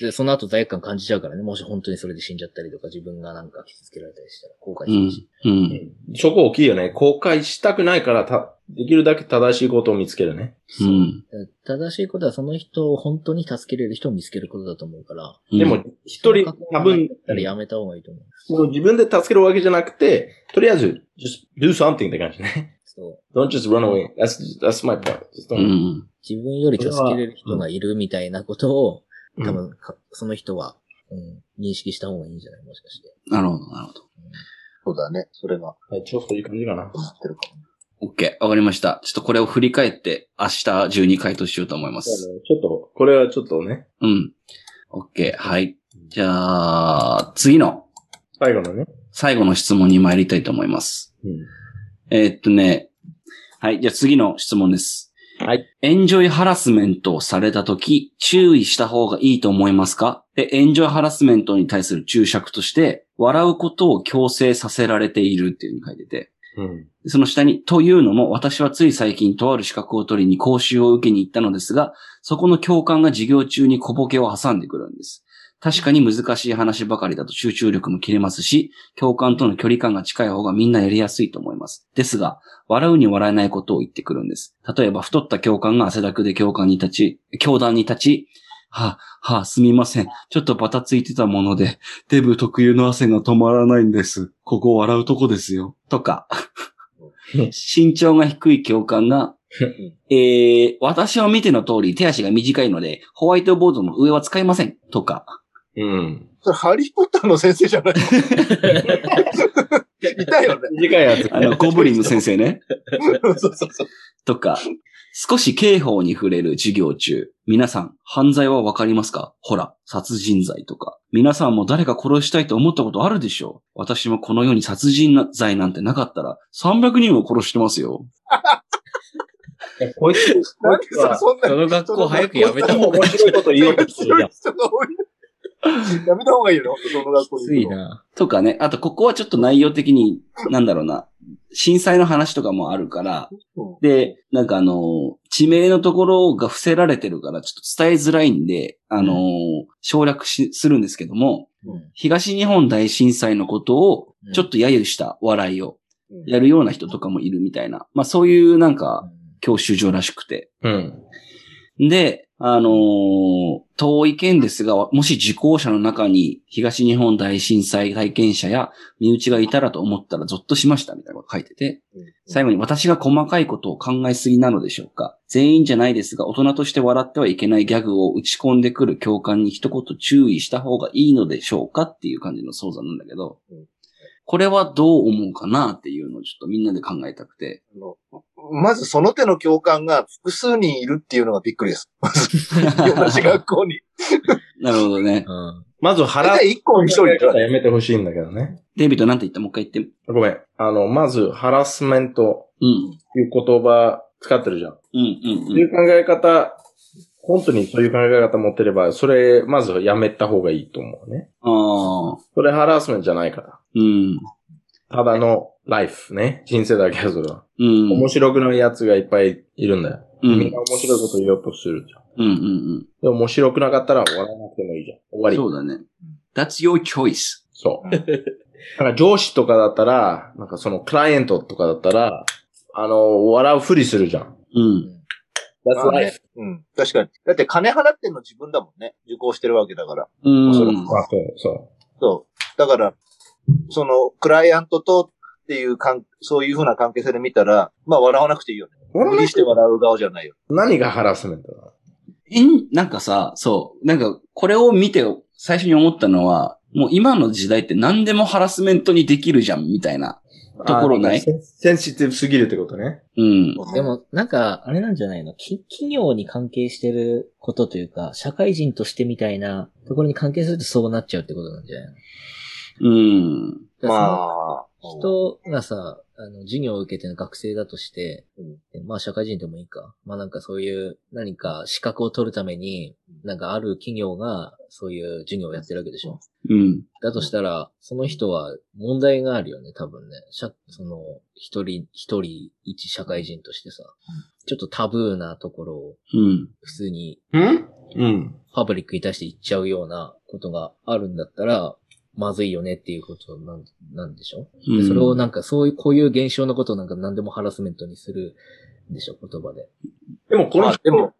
で、その後罪悪感感じちゃうからね、もし本当にそれで死んじゃったりとか、自分がなんか傷つけられたりしたら後悔
う
する
ん
し。。
うん。
そこ大きいよね。後悔したくないから、た、できるだけ正しいことを見つけるね。
うん。
正しいことはその人を本当に助けれる人を見つけることだと思うから、
うん
でも、、一人、多分
だっ、たらやめた方がいいと思う。
もう自分で助けるわけじゃなくて、とりあえず、just do something って感じね。 [laughs]
そう。
don't just run away. That's, that's my point. Just
う
don't-
ん。
自分より助けれる人がいるみたいなこと
う
を、
ん
多分か、その人は、うん、認識した方がいいんじゃないもしかして。
なるほど、なるほど。
そうだね。それが、
はいちょっといい感じかな。
なってるかも。
OK。わかりました。ちょっとこれを振り返って、明日中に回答しようと思います。
ちょっと、これはちょっとね、
うん。OK。はい。じゃあ、次の
最後のね。
最後の質問に参りたいと思います。
うん
えーっとね。はい。じゃあ次の質問です。
はい。
エンジョイハラスメントをされたとき、注意した方がいいと思いますかで、エンジョイハラスメントに対する注釈として、笑うことを強制させられているっていうふうに書いてて。
うん。
その下に、というのも、私はつい最近とある資格を取りに講習を受けに行ったのですが、そこの教官が授業中に小ボケを挟んでくるんです。確かに難しい話ばかりだと集中力も切れますし、教官との距離感が近い方がみんなやりやすいと思います。ですが、笑うに笑えないことを言ってくるんです。例えば、太った教官が汗だくで教官に立ち、教団に立ち、はあ、はあ、すみません。ちょっとバタついてたもので、デブ特有の汗が止まらないんです。ここ笑うとこですよ。とか、身長が低い教官が、えー、私を見ての通り手足が短いので、ホワイトボードの上は使いません。とか。
うん。
それ、ハリーポッターの先生じゃない
[laughs]
いたよね。
短いやつ。
あ
[laughs]
の、ゴブリンの先生ね。
そうそうそう。
とか。少し刑法に触れる授業中。皆さん、犯罪はわかりますかほら、殺人罪とか。皆さんも誰か殺したいと思ったことあるでしょう私もこの世に殺人罪なんてなかったら、300人を殺してますよ。
こいつ、こ
何
いつ
それ、
は、
そんな。
の学
面白い
[laughs]
こと言おうとするじゃん。
人
[laughs]
が多い。やめた方がいいよ、その学校
き
に
つい
行くの。
な。
とかね。あと、ここはちょっと内容的に、なんだろうな。震災の話とかもあるから、
うん
で、なんかあのー、地名のところが伏せられてるから、ちょっと伝えづらいんで、あのー、省略し、するんですけども、
うん
東日本大震災のことを
う、ん
ちょっと揶揄した笑いを
うん
やるような人とかもいるみたいな。まあそういうなんか、教習所らしくて。
うん。
で、あのー遠い県ですが、もし受講者の中に東日本大震災体験者や身内がいたらと思ったらゾッとしましたみたいなこと書いてて、最後に私が細かいことを考えすぎなのでしょうか全員じゃないですが、大人として笑ってはいけないギャグを打ち込んでくる教官に一言注意した方がいいのでしょうかっていう感じの相談なんだけど、これはどう思うかなっていうのをちょっとみんなで考えたくて。
あのまずその手の教官が複数人いるっていうのがびっくりです。 [laughs] まず、同じ学校 [laughs] に。
[laughs] なるほどね。
うん。
まず
大
腹
体一個に一人いるから
やめてほしいんだけどね。
デイビッドなんて言ったもう一回言って。
ごめん。あの、まず、ハラスメント
うん。
っていう言葉使ってるじゃん。
うん、うん、
そううんい。う考え方、本当にそういう考え方持ってれば、それ、まずやめた方がいいと思うね。
ああ、
それハラスメントじゃないから。
うん。
ただのライフね。人生だけはそれは。
うん。
面白くない奴がいっぱいいるんだよ。
うん、うん
みんな面白いこと言おうとするじゃん。
うん、うん。
でも面白くなかったら終わらなくてもいいじゃん。終わり。
そうだね。That's your choice.
そう。なんか上司とかだったら、なんかそのクライアントとかだったら、あの、笑うふりするじゃん。
うん。
That's
まあ
life.
ね [laughs] うん。確かに。だって金払ってんの自分だもんね。受講してるわけだから。
うん。
そう
まあそう、そ
そう。だから、その、クライアントとっていうかん、そういうふうな関係性で見たら、まあ笑わなくていいよね。
う。俺
無理して笑う顔じゃないよ。
何がハラスメントなの
えんなんかさ、そう。なんか、これを見て最初に思ったのは、もう今の時代って何でもハラスメントにできるじゃん、みたいな。ところない
あのセンシティブすぎるってことね。
うん。
でも、なんか、あれなんじゃないのき企業に関係してることというか、社会人としてみたいなところに関係するとそうなっちゃうってことなんじゃないの
うん。
ま
あ。
あ、
人がさ、あの、授業を受けてる学生だとして、でまあ社会人でもいいか。まあなんかそういう何か資格を取るために、なんかある企業がそういう授業をやってるわけでしょ。
うん。
だとしたら、その人は問題があるよね、多分ね。社その、一人、一人、一社会人としてさ、ちょっとタブーなところを
うん。
普通に
うんうん。
パブリックに対して言っちゃうようなことがあるんだったら、まずいよねっていうことなんなんでしょ
う
で
ん。
それをなんかそういう、こういう現象のことをなんか何でもハラスメントにするんでしょ、言葉で。
でもこ
ま
の
あ
人、
でも、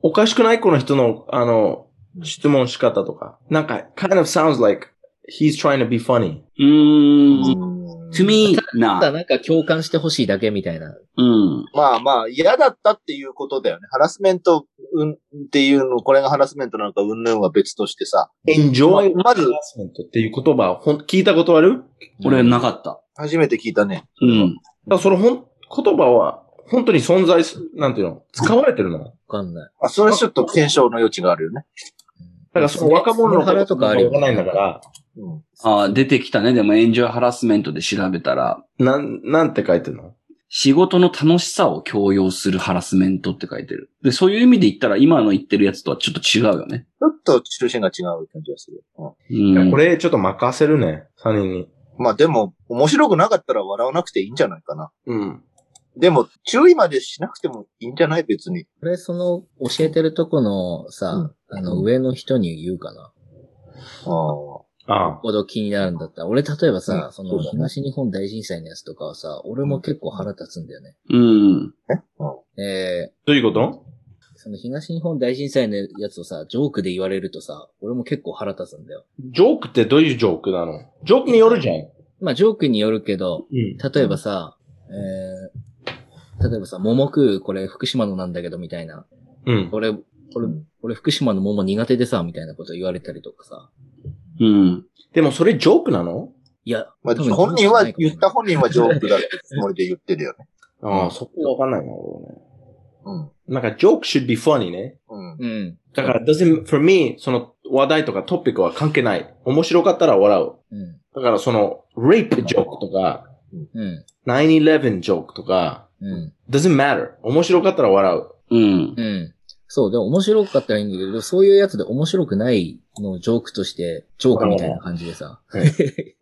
おかしくないこの人の、あの、質問仕方とか。なんか、kind of sounds like he's trying to be funny.
うーん。
うん
to me,
ただ
not.
なんか共感してほしいだけみたいな。
うん。
まあまあ、嫌だったっていうことだよね。ハラスメント、うん、っていうの、これがハラスメントなのか、うんぬんは別としてさ。
enjoy
まず
harassment っていう言葉、ほん聞いたことある
俺なかった。
初めて聞いたね。
うん。
だからそのほん、言葉は、本当に存在す、なんていうの使われてるの
わかんない。
あ、それはちょっと検証の余地があるよね。
だからその若者の
セクハラとかあるよ
わないんだから、
うん。
あー出てきたね。でも、エンジョイハラスメントで調べたら、
なん、なんて書いてるの
仕事の楽しさを強要するハラスメントって書いてる。で、そういう意味で言ったら今の言ってるやつとはちょっと違うよね。
ちょっと中心が違う感じがする。うん
うん。
これちょっと任せるね、3人に。
まあでも、面白くなかったら笑わなくていいんじゃないかな。
うん。
でも、注意までしなくてもいいんじゃない別に。
これ、その、教えてるとこのさ、あの、上の人に言うかな。
ああ。
ああ。
ほど気になるんだったら。俺、例えば
う
さ、
ん
そ
そう
の、
だね
東日本大震災のやつとかはさ、俺も結構腹立つんだよね。
うん。
えー、
どういうこと
その東日本大震災のやつをさ、ジョークで言われるとさ、俺も結構腹立つんだよ。
ジョークってどういうジョークなのジョークによるじゃん。う
まあ、ジョークによるけど、
ん。
例えばさ、えー、例えばさ、桃食う、これ福島のなんだけど、みたいな。
うん。
俺、俺、俺福島の桃苦手でさ、みたいなこと言われたりとかさ。
うん。
でもそれジョークなの
いや、
まあ、
多分
本人は、
ジョークじゃない
言っ
か
た
も
本人はジョークだってつもりで言ってるよね。
ああ、そこわかんないな、俺ね。
うん。
なんかジョーク should be funny ね。
うん。
うん。
だから、doesn't, for me, その話題とかトピックは関係ない。面白かったら笑う。
うん。
だからその、rape ジョークとか、
うん。
9-11ジョークとか、
うん。
doesn't matter. 面白かったら笑う。
うん。
うん。そう、でも面白かったらいいんだけど、そういうやつで面白くないのをジョークとして、ジョークみたいな感じでさ。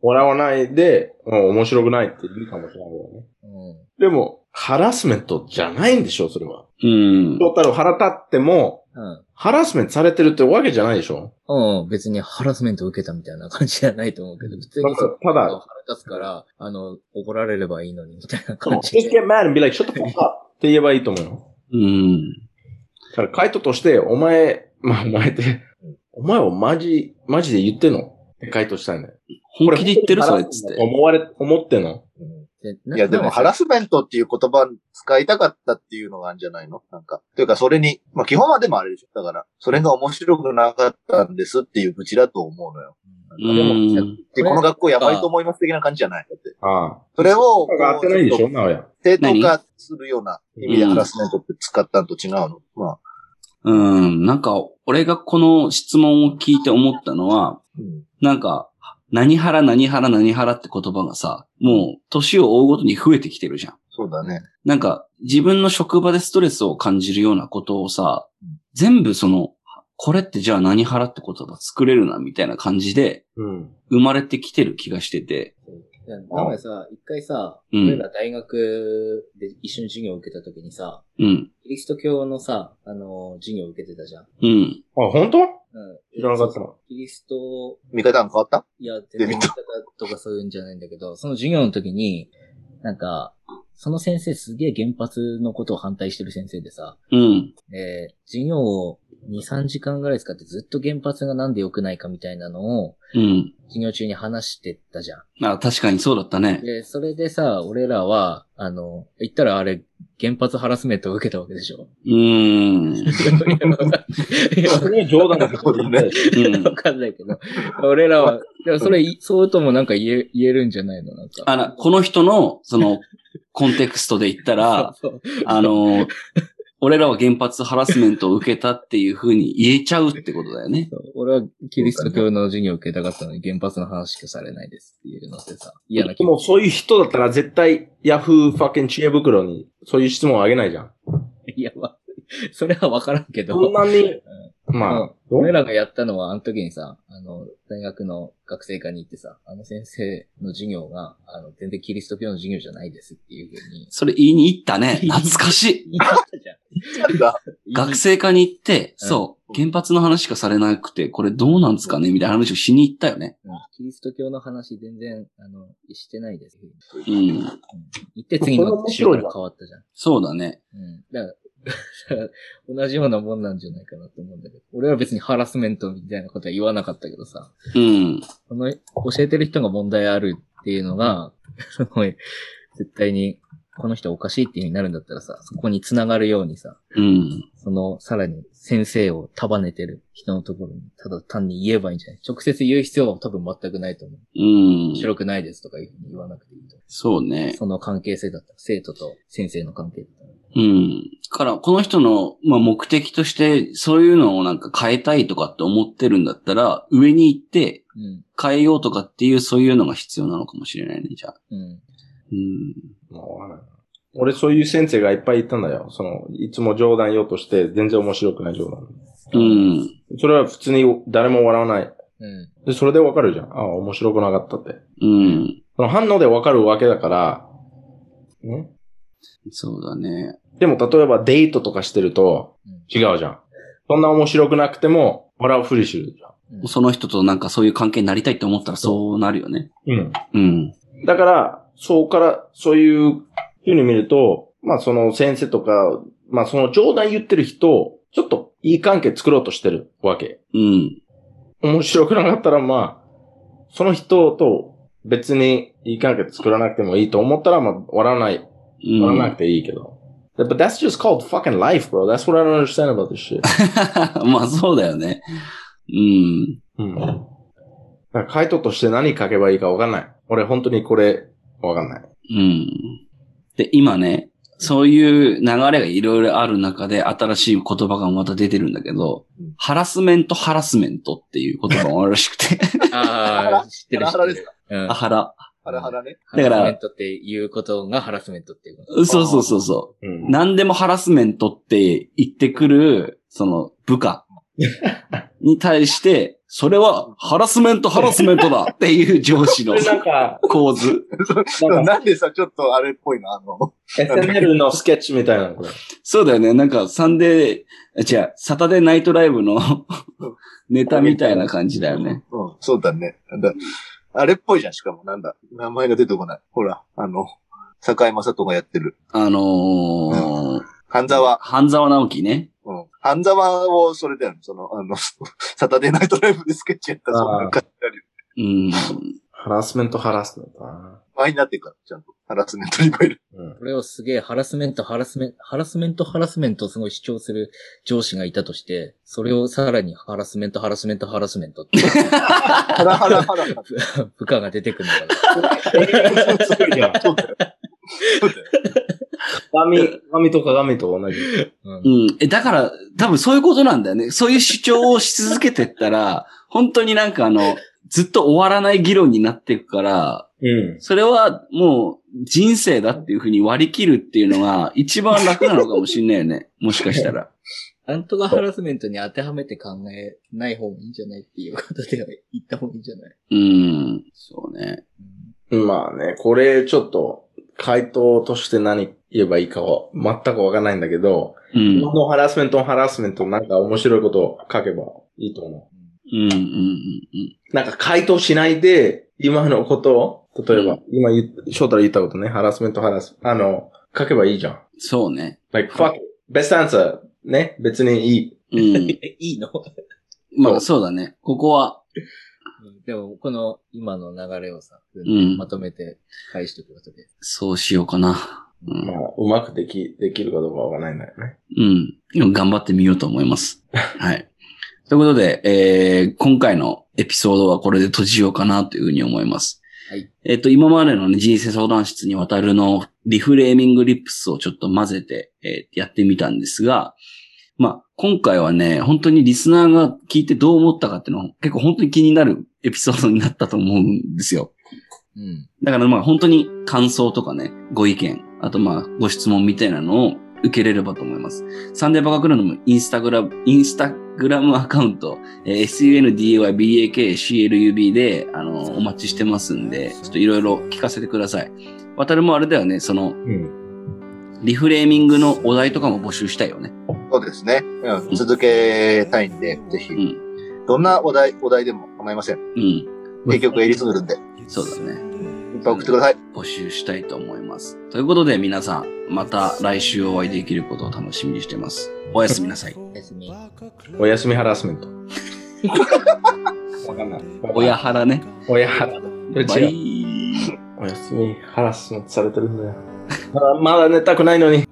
笑わないで、うん、面白くないって言うかもしれないよね。
うん。
でも、ハラスメントじゃないんでしょ、それは。
うん。
トータル腹立っても、
うん。
ハラスメントされてるってわけじゃないでしょ
うん、別にハラスメントを受けたみたいな感じじゃないと思うけど、普通にそ
なんかただ
腹立つから、あの、怒られればいいのに、みたいな感じ
Just
で。
get mad and be like, shut the fuck up! って言えばいいと思うよ。
うん。
だから、カイトとして、お前、まあ、お前って、お前をマジ、マジで言ってんのカイトしたいんだよ。
本気で言ってるそれっつって。
思われ、思ってんの
い [laughs]
いや、でもハラスメントっていう言葉使いたかったっていうのがあるんじゃないのなんか。というか、それに、まあ基本はでもあれでしょ。だから、それが面白くなかったんですっていう愚痴だと思うのよ。
う
でも
ん。
で、
ね
この学校やばいと思います的な感じじゃないだって。
ああ。
それを、
効果が合ってないでし
こ
ょ、なおや。
う正当化するような意味でハラスメントって使ったんと違うの。まあ、
うん。なんか、俺がこの質問を聞いて思ったのは、
うん。
なんか、何原何原何原って言葉がさ、もう、年を追うごとに増えてきてるじゃん。
そうだね。
なんか、自分の職場でストレスを感じるようなことをさ、全部その、これってじゃあ何払って言葉作れるな、みたいな感じで、
うん。
生まれてきてる気がしてて。
なんかさ、一回さ、
う
俺
ん。
ら大学で一緒に授業を受けた時にさ、
うん。
キリスト教のさ、あの、授業を受けてたじゃん。
うん。
あ、本当
うん。
知らなかった
キリスト
見方が変
[laughs]
わった
いや、全然見方とかそういうんじゃないんだけど、その授業の時に、なんか、その先生すげえ原発のことを反対してる先生でさ、
うん。
えー授業を2、3時間ぐらい使ってずっと原発がなんで良くないかみたいなのを、
うん。
授業中に話してたじゃ
あ、確かにそうだったね
ん。。で、それでさ、俺らは、あの、言ったらあれ、原発ハラスメントを受けたわけでしょ。
うーん。
いや
それは冗談だけど。
うん [laughs]
わかんないけど。俺らは、でもそれ、そうともなんか言え、言えるんじゃないのなんか。
あら、この人の、その、コンテクストで言ったら、
そうそう
あの、俺らは原発ハラスメントを受けたっていう風に言えちゃうってことだよね。
そう俺はキリスト教の授業を受けたかったのに原発の話しかされないですっていうのってさ、嫌な気
で
持
[laughs] も
ち。
そういう人だったら絶対 Yahoo ファケン知恵袋にそういう質問をあげないじゃん。
いや、わそれはわからんけど。
そんなに、まあ、どう
俺らがやったのは、あの時にさ、あの、大学の学生課に行ってさ、あの先生の授業が、あの、全然キリスト教の授業じゃないですっていうふうに。
それ言いに行った
[laughs]
ね。懐かしい。
言い切ったじゃん。
学生課に行って、
うん
そう、原発の話しかされなくて、これどうなんですかねみたいな話をしに行ったよね。
うんキリスト教の話全然、あの、してないです。
うん。
行って次の週から変わったじゃん。
そうだね。
うん。だから、 [laughs] 同じようなもんなんじゃないかなと思うんだけど。俺は別にハラスメントみたいなことは言わなかったけどさ。
うん。
この、教えてる人が問題あるっていうのが、すごい、絶対に、この人おかしいっていう風になるんだったらさ、そこに繋がるようにさ、
うん。
その、さらに先生を束ねてる人のところに、ただ単に言えばいいんじゃない直接言う必要は多分全くないと思う。
うん。
白くないですとかいう風に言わなくていいと思
そう
う。
ね。
その関係性だったら、生徒と先生の関係だったら。
うん。から、この人の、まあ、目的として、そういうのをなんか変えたいとかって思ってるんだったら、上に行って
うん。
変えようとかっていう、そういうのが必要なのかもしれないね、じゃあ。
うん。
うん。
まあわかんない俺そういう先生がいっぱいいたんだよ。その、いつも冗談言おうとして全然面白くない冗談。
うん。
それは普通に誰も笑わない。
うん。
で、それでわかるじゃん。ああ、面白くなかったって。
うん。
その反応でわかるわけだから、ね。
そうだね。
でも例えばデートとかしてると [laughs]
うん
違うじゃん。そんな面白くなくても笑うふりするじゃ
うん
その人となんかそういう関係になりたいって思ったらそうなるよね。
ん。うん。
うん。
だから、そうから、そういうふうに見ると、まあその先生とか、まあその冗談言ってる人を、ちょっといい関係作ろうとしてるわけ。
うん。
面白くなかったらまあ、その人と別にいい関係作らなくてもいいと思ったらまあ笑わない、
うん。
笑わなくていいけど。But that's just called fucking life, bro. That's what I don't understand about this shit.
[laughs] まあそうだよね。うん。
うん。だからカイトとして何書けばいいかわかんない。俺本当にこれ、わかんない。
うん。で、今ね、そういう流れがいろいろある中で新しい言葉がまた出てるんだけど、ハラスメントハラスメントっていう言葉もあるらしくて、
[laughs]
ああ、知ってる知
ハラハ
っ
ラで
て
す
る。うん
あ、ハラ。
ハラハラね。
ハラ
だから
スメントっていうことがハラスメントっていうこと。
そうそうそうそうう。
ん。
何でもハラスメントって言ってくる、その部
[laughs]
下に対して、それはハラスメントハラスメントだっていう上司の
でなんか、
構図。
なんか
[laughs] なんでさ、ちょっとあれっぽいな、あの、
SNL のスケッチみたいなの、これ。
そうだよね。なんか、サンデー、違う、サタデーナイトライブ
[laughs]
のネタみたいな感じだよね。
うん、そうだね。だあれっぽいじゃん、しかも。なんだ。名前が出てこない。ほら、あの、坂井正人がやってる。
あのー、
半沢。
半沢直樹ね。
うん。半沢をそれだよね。その、あの、 [laughs] サタデーナイトライブでスケッチやったらそんな感じになるよ
うん。
ハラスメントハラスメントだな。
前になってるから、ちゃんと。ハラスメントいっぱいいる。
うん
これをすげえハラスメント、ハラスメント、ハラスメント、ハラスメントをすごい主張する上司がいたとして、それをさらにハラスメント、ハラスメント、ハラスメントって [laughs]
ハラハラハラ [laughs] ハラ。
部下が出てくるのかな。
すごいじゃん。
そうだよ。そうだよ。
鏡、鏡と鏡と同じ。
うん
うん。え、だから、多分そういうことなんだよね。そういう主張をし続けてったら、本当になんかあの、ずっと終わらない議論になっていくから、
うん。
それはもう人生だっていうふうに割り切るっていうのが一番楽なのかもしんないよね。もしかしたら。
なんとかハラスメントに当てはめて考えない方がいいんじゃないっていうことでは言った方がいいんじゃない、
うん。そうね。
まあね、これちょっと、回答として何言えばいいかは全くわかんないんだけど、
うん。
こ
うん
のハラスメントハラスメントなんか面白いことを書けばいいと思
うんうんうん。
う。なんか回答しないで、今のことを、例えば、
う
今言っ、翔太郎言ったことね、ハラスメントハラス、あの、書けばいいじゃん。
そうね。 [laughs]
like, fuck, best answer. ね、別にいい。
うん。
えいいの、う
まあそうだね。ここは、
んでも、この今の流れをさ、
ん
まとめて返してくことで。
そうしようかな。う
ま
ん。
あ、うまくでき、できるかどうかわからないんだよね。
うん。でも頑張ってみようと思い [laughs] ます。はい。ということで、えー今回のエピソードはこれで閉じようかなというふうに思います。
はい。
えっ、と、今までの、ね、人生相談室にわたるのリフレーミングリップスをちょっと混ぜて、えーやってみたんですが、まあ、今回はね、本当にリスナーが聞いてどう思ったかっていうのは結構本当に気になるエピソードになったと思うんですよ。
うん。
だからまあ本当に感想とかね、ご意見、あとまあご質問みたいなのを受けれればと思います。サンデーバカクランドもインスタグラム、インスタグラムアカウント、えー sundybakclub で、あの、お待ちしてますんで、ちょっといろいろ聞かせてください。わたるもあれだよね、その、
うん。
リフレーミングのお題とかも募集したいよね。
そうですね。うん。続けたいんで、ぜ
う
ひ。
ん。
どんなお題、お題でも構いません。
うん。
結局、えりすぐるんで、いっ
そうだね。
ぱい送ってください。
募集したいと思います。ということで皆さん、また来週お会いできることを楽しみにしてます。おやすみなさい。
おやすみ。
おやすみハラスメント。わかんない。
親腹ね。
親腹。
バ
違う。
イ。
おやすみハラスメントされてるんだよ。まだまだ寝たくないのに。